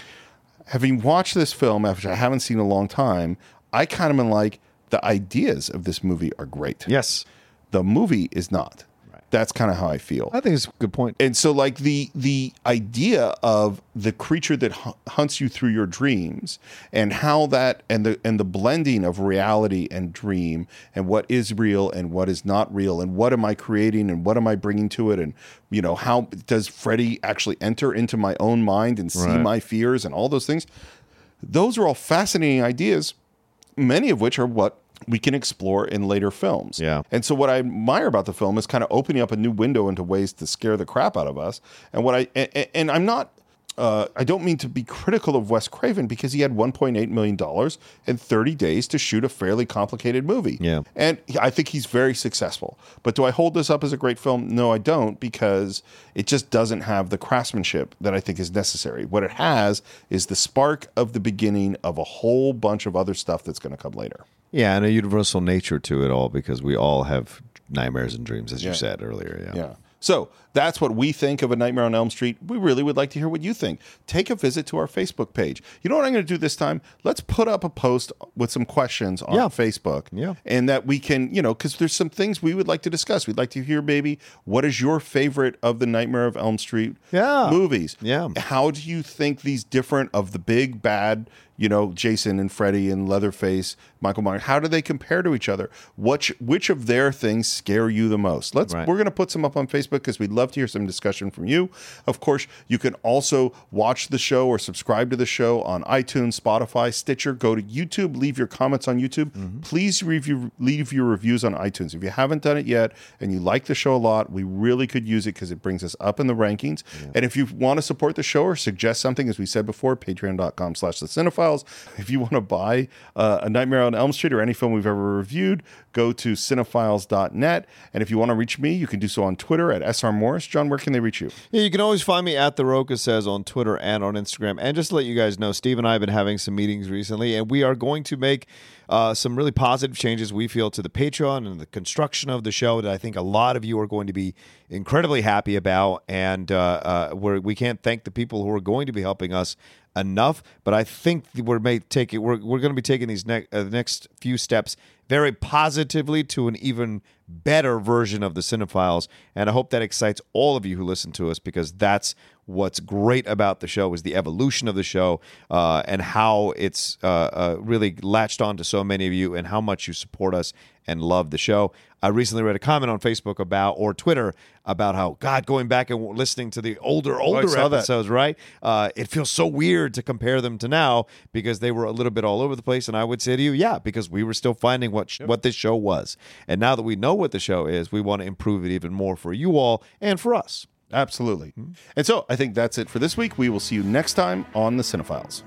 Speaker 2: having watched this film, which I haven't seen in a long time, I kind of been like, the ideas of this movie are great.
Speaker 3: Yes.
Speaker 2: The movie is not. That's kind of how I feel.
Speaker 3: I think it's a good point.
Speaker 2: And so, like the the idea of the creature that hu- hunts you through your dreams, and how that and the and the blending of reality and dream, and what is real and what is not real, and what am I creating and what am I bringing to it, and you know how does Freddy actually enter into my own mind and see
Speaker 3: Right.
Speaker 2: my fears and all those things. Those are all fascinating ideas, many of which are what we can explore in later films.
Speaker 3: Yeah.
Speaker 2: And so what I admire about the film is kind of opening up a new window into ways to scare the crap out of us. And what I and, and I'm not uh, I don't mean to be critical of Wes Craven because he had 1.8 million dollars and 30 days to shoot a fairly complicated movie.
Speaker 3: Yeah.
Speaker 2: And he- I think he's very successful. But do I hold this up as a great film? No, I don't because it just doesn't have the craftsmanship that I think is necessary. What it has is the spark of the beginning of a whole bunch of other stuff that's going to come later.
Speaker 3: Yeah, and a universal nature to it all because we all have nightmares and dreams, as
Speaker 2: Yeah.
Speaker 3: you said earlier. Yeah.
Speaker 2: Yeah. So that's what we think of A Nightmare on Elm Street. We really would like to hear what you think. Take a visit to our Facebook page. You know what I'm going to do this time? Let's put up a post with some questions on Facebook.
Speaker 3: Yeah.
Speaker 2: And that we can, you know, because there's some things we would like to discuss. We'd like to hear, maybe, what is your favorite of the Nightmare of Elm Street
Speaker 3: Yeah.
Speaker 2: movies?
Speaker 3: Yeah.
Speaker 2: How do you think these different of the big bad, you know, Jason and Freddy and Leatherface, Michael Myers, how do they compare to each other? Which which of their things scare you the most? Let's
Speaker 3: Right.
Speaker 2: we're going to put some up on Facebook because we'd love to hear some discussion from you. Of course, you can also watch the show or subscribe to the show on iTunes, Spotify, Stitcher, go to YouTube, leave your comments on YouTube.
Speaker 3: Mm-hmm.
Speaker 2: Please review leave your reviews on iTunes. If you haven't done it yet and you like the show a lot, we really could use it because it brings us up in the rankings. And if you want to support the show or suggest something, as we said before, patreon.com slash the cinephiles. If you want to buy uh, A Nightmare on Elm Street or any film we've ever reviewed, go to cinephiles.net. And if you want to reach me, you can do so on Twitter at SR Morris. John, where can they reach you?
Speaker 3: Yeah, you can always find me at the Roca says on Twitter and on Instagram. And just to let you guys know, Steve and I have been having some meetings recently, and we are going to make uh, some really positive changes we feel to the Patreon and the construction of the show that I think a lot of you are going to be incredibly happy about. And uh, uh, we're, we can't thank the people who are going to be helping us enough, but I think we're may take it, we're, we're going to be taking these ne- uh, the next few steps very positively to an even better version of the Cinephiles. And I hope that excites all of you who listen to us because that's what's great about the show is the evolution of the show uh, and how it's uh, uh, really latched on to so many of you and how much you support us and love the show. I recently read a comment on Facebook about or Twitter about how God going back and listening to the older
Speaker 14: Oh, I
Speaker 3: older
Speaker 14: saw that.
Speaker 3: episodes, right? Uh, it feels so weird to compare them to now because they were a little bit all over the place. And I would say to you, yeah, because we were still finding what sh- what this show was, and now that we know what the show is, we want to improve it even more for you all and for us.
Speaker 2: Absolutely. And so I think that's it for this week. We will see you next time on The Cinephiles.